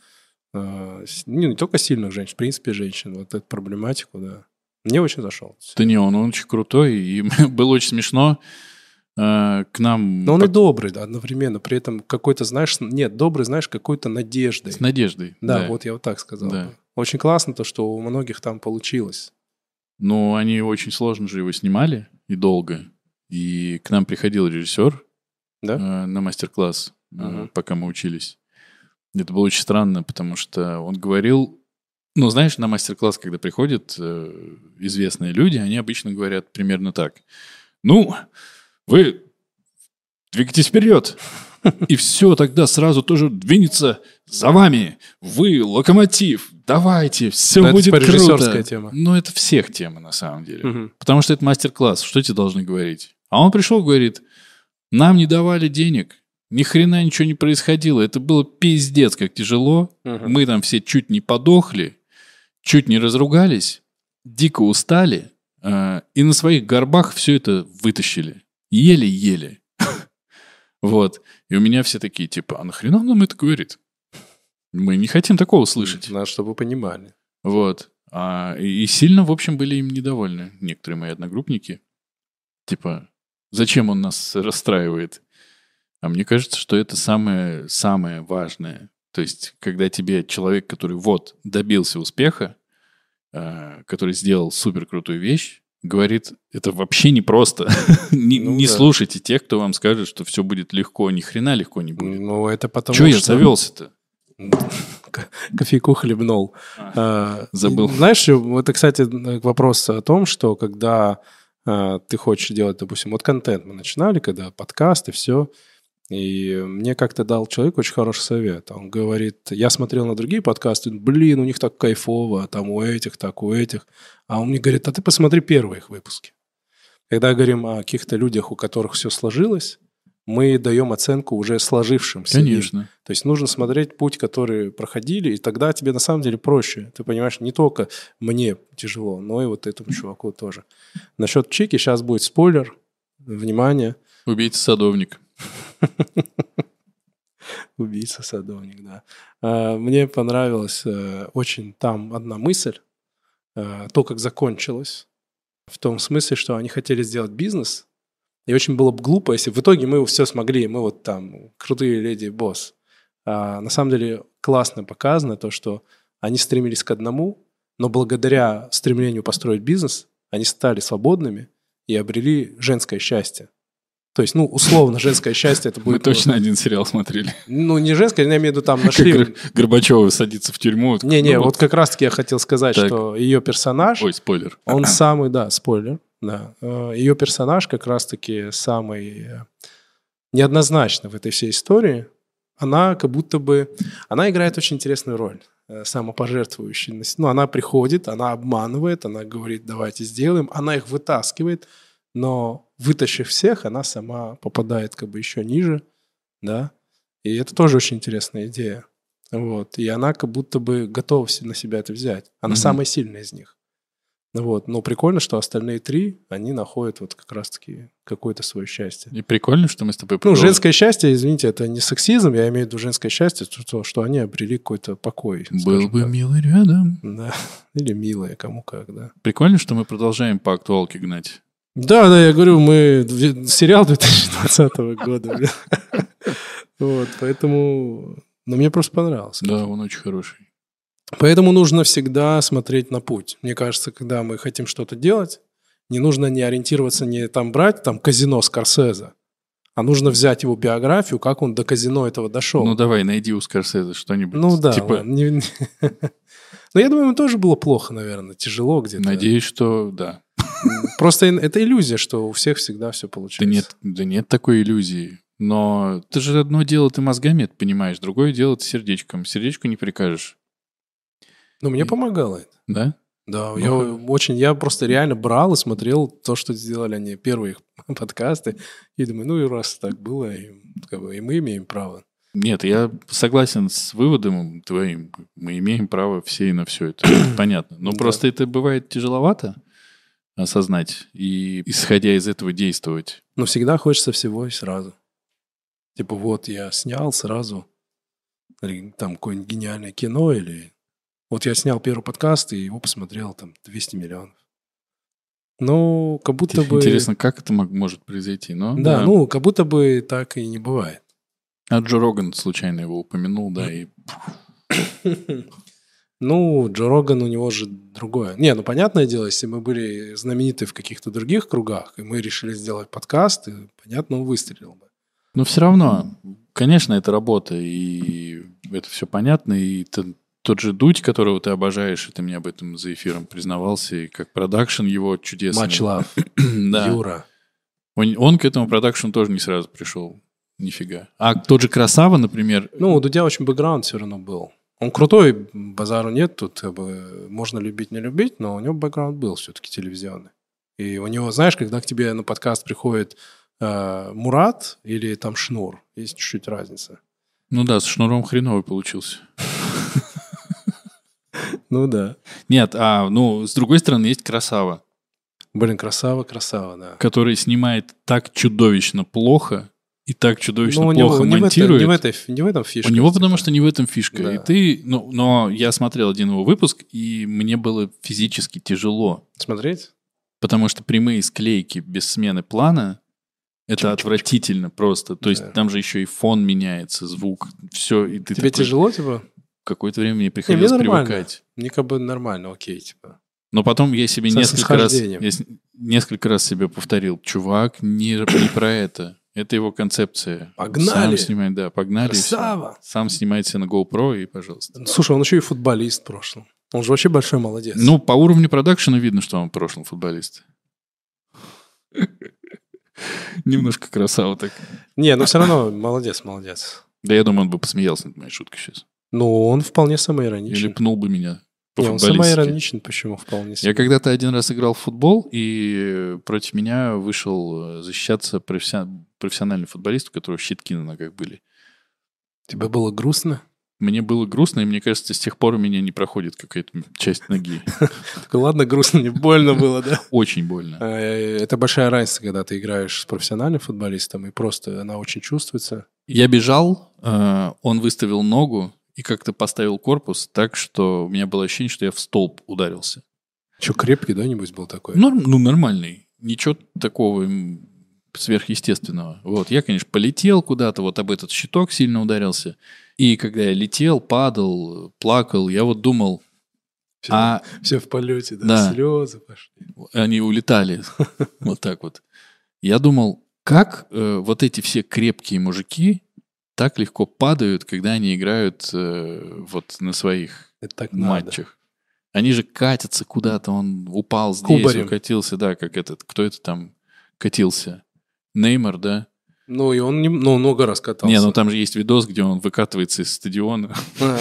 S1: э, с- ну, не только сильных женщин, в принципе, женщин. Вот эту проблематику, да. Мне очень зашел.
S2: Да не, он, он очень крутой, и было очень смешно. Э, К нам
S1: Но Ну, он и
S2: под-
S1: добрый да, одновременно. При этом какой-то, знаешь, нет, добрый, знаешь, какой-то надеждой.
S2: с Надеждой.
S1: Да, вот я вот так сказал.
S2: Да.
S1: бы. Очень классно то, что у многих там получилось.
S2: Но они очень сложно же его снимали, и долго. И к нам приходил режиссер
S1: Да?
S2: э, на мастер-класс, э,
S1: Мгм.
S2: пока мы учились. Это было очень странно, потому что он говорил... Ну, знаешь, на мастер-класс, когда приходят э, известные люди, они обычно говорят примерно так. Ну, вы двигайтесь вперед. И все тогда сразу тоже двинется за вами. Вы локомотив. Давайте, все
S1: Но это,
S2: будет
S1: типа, режиссерская
S2: круто.
S1: тема.
S2: Ну, это всех тема, на самом деле. Потому что это мастер-класс, что тебе должны говорить? А он пришел, говорит, нам не давали денег, ни хрена ничего не происходило, это было пиздец, как тяжело,
S1: Мгм.
S2: мы там все чуть не подохли, чуть не разругались, дико устали, э, и на своих горбах все это вытащили, еле-еле. Вот. И у меня все такие, типа, а нахрена он нам это говорит? Мы не хотим такого слышать.
S1: Надо, чтобы вы понимали.
S2: Вот. А, и и сильно, в общем, были им недовольны некоторые мои одногруппники. Типа, зачем он нас расстраивает? А мне кажется, что это самое, самое важное. То есть, когда тебе человек, который вот добился успеха, э, который сделал супер крутую вещь, говорит, это вообще непросто. не
S1: Ну
S2: не
S1: да.
S2: слушайте тех, кто вам скажет, что все будет легко. Ни хрена легко не будет.
S1: Ну, это потому
S2: Чего я
S1: что-
S2: завелся-то?
S1: Ко- Кофейку хлебнул. А,
S2: забыл.
S1: и, Знаешь, это, кстати, вопрос о том, что когда а, ты хочешь делать, допустим, вот контент мы начинали, когда подкасты, все, и мне как-то дал человек очень хороший совет. Он говорит, я смотрел на другие подкасты, блин, у них так кайфово, там у этих, так у этих. А он мне говорит, а ты посмотри первые их выпуски. Когда говорим о каких-то людях, у которых все сложилось, мы даем оценку уже сложившимся. им.
S2: Конечно.
S1: То есть нужно смотреть путь, который проходили, и тогда тебе на самом деле проще. Ты понимаешь, не только мне тяжело, но и вот этому чуваку тоже. Насчет чеки сейчас будет спойлер. Внимание,
S2: Убейте садовник.
S1: убийца садовник, да. А, Мне понравилась э, очень там одна мысль, э, то, как закончилось, в том смысле, что они хотели сделать бизнес, и очень было бы глупо, если в итоге мы все смогли, мы вот там крутые леди и босс. А, на самом деле классно показано то, что они стремились к одному, но благодаря стремлению построить бизнес они стали свободными и обрели женское счастье. То есть, ну, условно, женское счастье это
S2: Мы
S1: будет...
S2: точно один сериал смотрели.
S1: Ну, не женское, я имею в виду там нашли...
S2: Как Горбачева садится в тюрьму. вот
S1: Не-не,
S2: ну
S1: вот как раз-таки я хотел сказать,
S2: Так.
S1: что ее персонаж,
S2: Ой, спойлер.
S1: он самый, да, спойлер, да, ее персонаж как раз-таки самый э, неоднозначный в этой всей истории. Она как будто бы... Она играет очень интересную роль э, самопожертвующейность. Ну, она приходит, она обманывает, она говорит, давайте сделаем. Она их вытаскивает, но вытащив всех, она сама попадает как бы еще ниже, да. И это тоже очень интересная идея. Вот. И она как будто бы готова се- на себя это взять. Она
S2: Мгм.
S1: самая сильная из них. Вот. Но прикольно, что остальные три, они находят вот как раз-таки какое-то свое счастье.
S2: И прикольно, что мы с тобой
S1: Ну,
S2: продолжим.
S1: женское счастье, извините, это не сексизм, я имею в виду женское счастье, то, то, что они обрели какой-то покой.
S2: Был
S1: скажем
S2: бы
S1: так.
S2: милый рядом.
S1: Да. Или милые, кому как, да.
S2: Прикольно, что мы продолжаем по актуалке гнать.
S1: Да, да, я говорю, мы две- сериал 2020 года. блин. Вот, поэтому... Но мне просто понравился.
S2: Да, он очень хороший.
S1: Поэтому нужно всегда смотреть на путь. Мне кажется, когда мы хотим что-то делать, не нужно не ориентироваться, не там брать там казино Скорсезе, а нужно взять его биографию, как он до казино этого дошел.
S2: Ну давай, найди у Скорсезе что-нибудь.
S1: Ну да.
S2: Типа,
S1: ладно, не- не- Но я думаю, ему тоже было плохо, наверное, тяжело где-то.
S2: надеюсь, что да.
S1: Просто ин- это иллюзия, что у всех всегда все
S2: Да
S1: получается.
S2: нет, да нет такой иллюзии. Но ты же одно дело ты мозгами это понимаешь, другое дело ты сердечком. Сердечку не прикажешь,
S1: Но Ну, мне помогало это.
S2: да?
S1: Да,
S2: Ну,
S1: я
S2: хорошо.
S1: очень, я просто реально брал и смотрел то, что сделали они первые их подкасты, и думаю, ну и раз так было, и, как бы, и мы имеем право.
S2: Нет, я согласен с выводом твоим. Мы имеем право все и на все это. Понятно. Но
S1: Да.
S2: просто это бывает тяжеловато осознать и, исходя из этого, действовать.
S1: Но всегда хочется всего и сразу. Типа вот я снял сразу или там какое-нибудь гениальное кино или... Вот я снял первый подкаст, и его посмотрел там 200 миллионов. Ну, как будто бы...
S2: Интересно, как это мог- может произойти. Но,
S1: Да, ну, как будто бы так и не бывает.
S2: А Джо Роган случайно его упомянул, да, и
S1: Ну, Джо Роган, у него же другое. Не, ну, понятное дело, если мы были знамениты в каких-то других кругах, и мы решили сделать подкаст, и, понятно, он выстрелил бы.
S2: Но все равно, конечно, это работа, и это все понятно, и т- тот же Дудь, которого ты обожаешь, и ты мне об этом за эфиром признавался, и как продакшн его чудесный.
S1: Матч Лав,
S2: да.
S1: Юра.
S2: Он, он к этому продакшн тоже не сразу пришел. Нифига. А тот же Красава, например,
S1: Ну, у Дудя очень бэкграунд все равно был. Он крутой, базару нет, тут как бы, можно любить, не любить, но у него бэкграунд был все-таки телевизионный. И у него, знаешь, когда к тебе на подкаст приходит э, Мурат или там Шнур, есть чуть-чуть разница.
S2: ну да, с шнуром хреновый получился.
S1: Ну да.
S2: Нет, а, ну, с другой стороны, есть Красава,
S1: Блин, красава, красава, да.
S2: который снимает так чудовищно плохо и так чудовищно
S1: Ну, у
S2: плохо
S1: него- не в этой-
S2: монтирует.
S1: не в этой- не в этом фишка.
S2: У него,
S1: типа.
S2: потому что не в этом фишка.
S1: Да.
S2: И ты, ну, но я смотрел один его выпуск, и мне было физически тяжело,
S1: Смотреть?
S2: потому что прямые склейки без смены плана это отвратительно просто. То есть
S1: Да.
S2: там же еще и фон меняется, звук, все. И ты
S1: Тебе
S2: такой,
S1: тяжело, типа?
S2: Какое-то время мне приходилось
S1: нормально.
S2: привыкать.
S1: Мне как бы нормально, окей, типа.
S2: Но потом я себе
S1: Со
S2: несколько раз,
S1: снисхождением.
S2: я с- несколько раз себе повторил, чувак, не, не про это. Это его концепция.
S1: Погнали!
S2: Сам снимает, да, погнали. и всё.
S1: Красава!
S2: Сам снимает себе на GoPro и, пожалуйста.
S1: Слушай, он еще и футболист в прошлом. Он же вообще большой молодец.
S2: Ну, по уровню продакшена видно, что он в прошлом футболист. Немножко красава так.
S1: Не, но все равно молодец, молодец.
S2: Да я думаю, он бы посмеялся над моей шуткой сейчас.
S1: Ну, он вполне
S2: Или
S1: самоироничен.
S2: пнул бы меня по
S1: Не, он самоироничен, почему вполне себе.
S2: Я когда-то один раз играл в футбол, и э, против меня вышел э, защищаться профессион- профессиональный футболист, у которого щитки на ногах были.
S1: Тебе было грустно?
S2: Мне было грустно, и мне кажется, с тех пор у меня не проходит какая-то часть ноги.
S1: Такой, ладно, грустно, не больно было, да?
S2: Очень больно.
S1: Э, Это большая разница, когда ты играешь с профессиональным футболистом, и просто она очень чувствуется.
S2: Я бежал, э, он выставил ногу и как-то поставил корпус так, что у меня было ощущение, что я в столб ударился.
S1: Че, крепкий, да, нибудь был такой?
S2: Норм- ну, нормальный. Ничего такого м, сверхъестественного. Вот, я, конечно, полетел куда-то, вот об этот щиток сильно ударился. И когда я летел, падал, плакал, я вот думал,
S1: Всё.
S2: а
S1: Все в полете, да,
S2: Да.
S1: слезы пошли.
S2: они улетали вот так вот. Я думал, как э, вот эти все крепкие мужики так легко падают, когда они играют э, вот на своих
S1: Это так надо.
S2: матчах. Они же катятся куда-то, он упал здесь,
S1: Кубарем.
S2: укатился, да, как этот, кто это там катился? Неймар, да?
S1: Ну, и он не- ну, много раз катался.
S2: Не, ну там же есть видос, где он выкатывается из стадиона.
S1: А,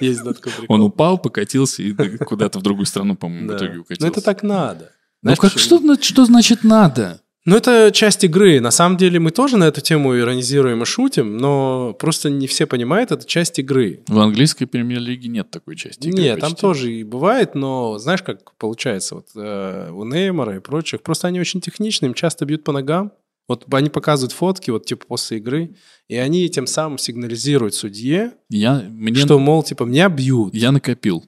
S1: Есть да, такой прикол.
S2: Он упал, покатился и куда-то в другую страну, по-моему, в
S1: Да.
S2: итоге
S1: Ну, это
S2: укатился.
S1: так надо.
S2: Ну,
S1: Знаешь,
S2: как,
S1: почему?
S2: что, зна- что значит надо?
S1: Ну, это часть игры. На самом деле мы тоже на эту тему иронизируем и шутим, но просто не все понимают, это часть игры.
S2: В английской премьер-лиге нет такой части. игры
S1: Нет, там
S2: почти.
S1: тоже и бывает, но знаешь, как получается вот э, у Неймара и прочих, просто они очень техничны, им часто бьют по ногам. Вот они показывают фотки, вот типа после игры, и они тем самым сигнализируют судье,
S2: Я, мне,
S1: что, мол, типа, меня бьют.
S2: я накопил.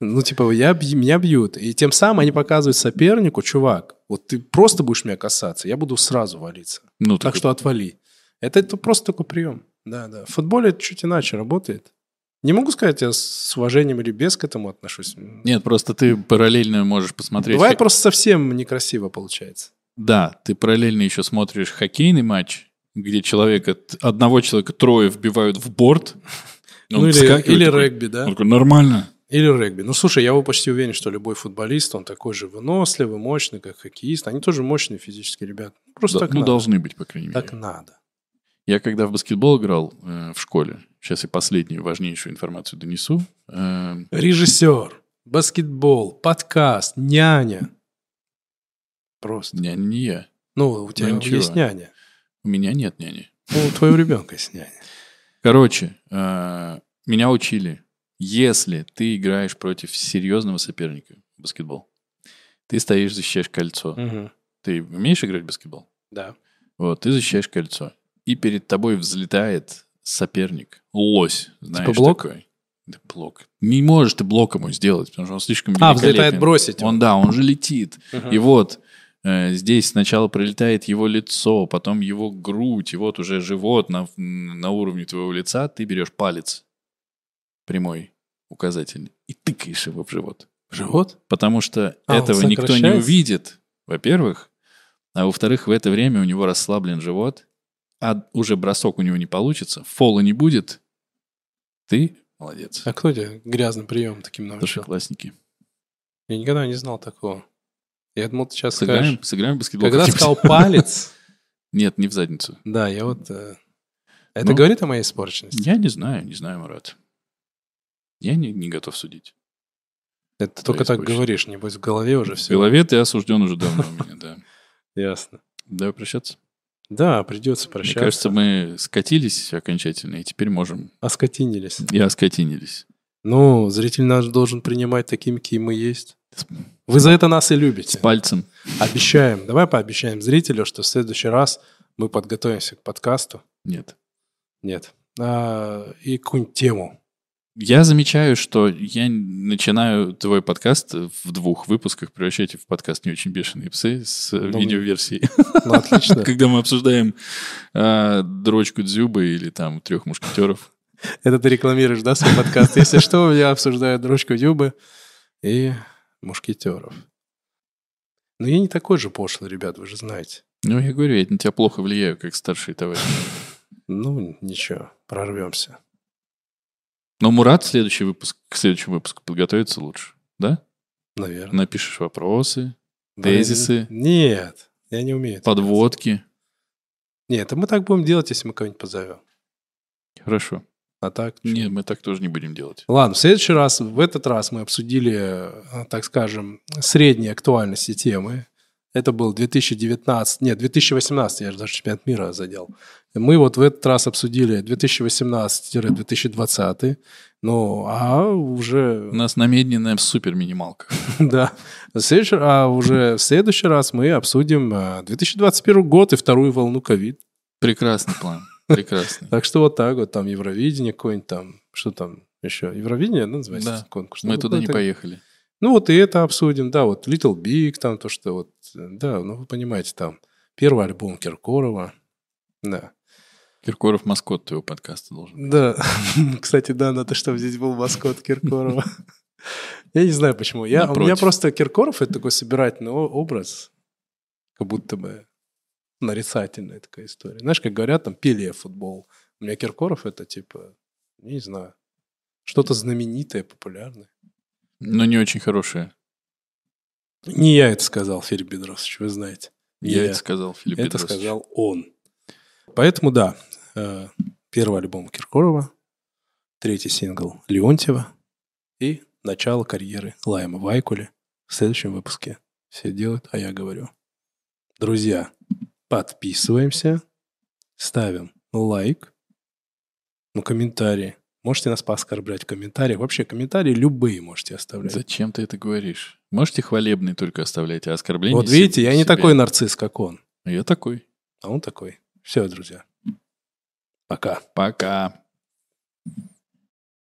S1: Ну, типа, я, бь- меня бьют. И тем самым они показывают сопернику, чувак, вот ты просто будешь меня касаться, я буду сразу валиться.
S2: Ну,
S1: Так
S2: такой,
S1: что отвали. Это, это просто такой прием. Да, да. В футболе это чуть иначе работает. Не могу сказать, я с уважением или без к этому отношусь.
S2: Нет, просто ты параллельно можешь посмотреть.
S1: Бывает
S2: хок-
S1: просто совсем некрасиво получается.
S2: Да, ты параллельно еще смотришь хоккейный матч, где человека, т- одного человека трое вбивают в борт. Он
S1: ну или,
S2: вскакивает
S1: или
S2: такой,
S1: регби, да?
S2: он такой, нормально.
S1: Или регби. Ну слушай, я вот почти уверен, что любой футболист, он такой же выносливый, мощный, как хоккеист. Они тоже мощные физические ребята. Ну, Просто
S2: Да,
S1: так
S2: ну,
S1: надо.
S2: должны быть, по крайней мере.
S1: Так надо.
S2: Я когда в баскетбол играл э, в школе, сейчас я последнюю важнейшую информацию донесу. э,
S1: Режиссер, баскетбол, подкаст, няня. Просто.
S2: няня не я.
S1: Ну, у тебя
S2: ничего.
S1: есть няня.
S2: У меня нет няни.
S1: Ну, у твоего ребенка есть няня.
S2: Короче, э, меня учили, если ты играешь против серьезного соперника в баскетбол, ты стоишь, защищаешь кольцо.
S1: Мгм.
S2: Ты умеешь играть в баскетбол?
S1: Да.
S2: Вот, ты защищаешь кольцо. И перед тобой взлетает соперник. Лось, знаешь,
S1: Типа блок?
S2: такой. Да блок. Не можешь ты блок ему сделать, потому что он слишком
S1: А, взлетает
S2: великолепен.
S1: бросить.
S2: Он, да, он же летит. И вот э, здесь сначала прилетает его лицо, потом его грудь, и вот уже живот на, на уровне твоего лица. Ты берешь палец прямой, указательный, и тыкаешь его в живот.
S1: Живот?
S2: Потому что
S1: А, он
S2: этого никто не
S1: сокращается?
S2: увидит, во-первых. А во-вторых, в это время у него расслаблен живот, а уже бросок у него не получится, фола не будет. Ты молодец.
S1: А кто тебя грязным приемом таким научил?
S2: Старшеклассники.
S1: Я никогда не знал такого. Я думал, ты сейчас скажешь.
S2: Сыграем, сыграем в баскетбол.
S1: Когда ты сказал
S2: как-нибудь?
S1: палец,
S2: Нет, не в задницу.
S1: да, я вот... э, Это
S2: Ну.
S1: говорит о моей испорченности?
S2: Я не знаю, не знаю, Марат. Я не, не готов судить.
S1: Это ты только так
S2: испорченность.
S1: говоришь, небось в голове уже
S2: В
S1: все.
S2: голове ты осужден уже давно у меня, да.
S1: Ясно.
S2: Давай прощаться.
S1: Да, придется
S2: Мне
S1: прощаться.
S2: кажется, мы скатились окончательно, и теперь можем...
S1: А Оскотинились.
S2: И оскотинились.
S1: Ну, зритель нас должен принимать такими, какие мы есть. Вы за это нас и
S2: С
S1: любите.
S2: пальцем.
S1: Обещаем. Давай пообещаем зрителю, что в следующий раз мы подготовимся к подкасту.
S2: Нет.
S1: Нет. А, и какую-нибудь тему.
S2: Я замечаю, что я начинаю твой подкаст в двух выпусках превращать в подкаст «Не очень бешеные псы» с э,
S1: Ну,
S2: видеоверсией,
S1: Ну, отлично.
S2: когда мы обсуждаем э, «Дрочку Дзюбы» или там «Трех мушкетеров».
S1: Это ты рекламируешь, да, свой подкаст? Если что, я обсуждаю дрочку Дюбы и мушкетеров. Но я не такой же пошлый, ребят, вы же знаете.
S2: Ну, я говорю, я на тебя плохо влияю, как старший товарищ.
S1: Ну, ничего, прорвемся.
S2: Но Мурат следующий выпуск, к следующему выпуску подготовится лучше, да?
S1: Наверное.
S2: Напишешь вопросы, тезисы?
S1: Нет, я не умею. это делать.
S2: подводки.
S1: Нет, а мы так будем делать, если мы кого-нибудь позовем.
S2: Хорошо.
S1: А так? чё?
S2: Нет, мы так тоже не будем делать.
S1: Ладно, в следующий раз, в этот раз мы обсудили, э, так скажем, средние актуальности темы. Это был 2019, нет, 2018, я же даже чемпионат мира задел. Мы вот в этот раз обсудили 2018-2020, ну, а уже,
S2: У нас намедненная супер-минималка.
S1: да, в следующий- а уже в следующий раз мы обсудим э, 2021 год и вторую волну ковид.
S2: Прекрасный план. Прекрасный.
S1: Так что вот так вот, там Евровидение какое-нибудь там, что там еще, Евровидение, да, называется
S2: Да.
S1: конкурс?
S2: Мы
S1: Ну,
S2: туда не
S1: какой-то-
S2: поехали.
S1: Ну вот и это обсудим, да, вот Little Big, там то, что вот, э, да, ну вы понимаете, там первый альбом Киркорова, да.
S2: Киркоров маскот твоего подкаста должен.
S1: Да, кстати, да, надо, чтобы здесь был маскот Киркорова. Я не знаю почему. Я, у меня
S2: Напротив.
S1: просто Киркоров это такой собирательный о- образ, как будто бы нарицательная такая история. Знаешь, как говорят, там пели футбол. У меня Киркоров это типа, не знаю, что-то знаменитое, популярное.
S2: Но не очень хорошее.
S1: Не я это сказал, Филипп Бедросович, вы знаете. Не
S2: Я это сказал, Филипп
S1: Это
S2: Петросович.
S1: сказал он. Поэтому да, э, первый альбом Киркорова, третий сингл Леонтьева и начало карьеры Лайма Вайкули в следующем выпуске. Все делают, а я говорю. Друзья, подписываемся, ставим лайк, ну, комментарии. Можете нас пооскорблять в комментариях. Вообще, комментарии любые можете оставлять.
S2: Зачем ты это говоришь? Можете хвалебные только оставлять, а оскорбления...
S1: вот видите,
S2: себе-
S1: я не
S2: себе.
S1: такой нарцисс, как он.
S2: Я такой.
S1: А он такой. Все, друзья. Пока.
S2: Пока.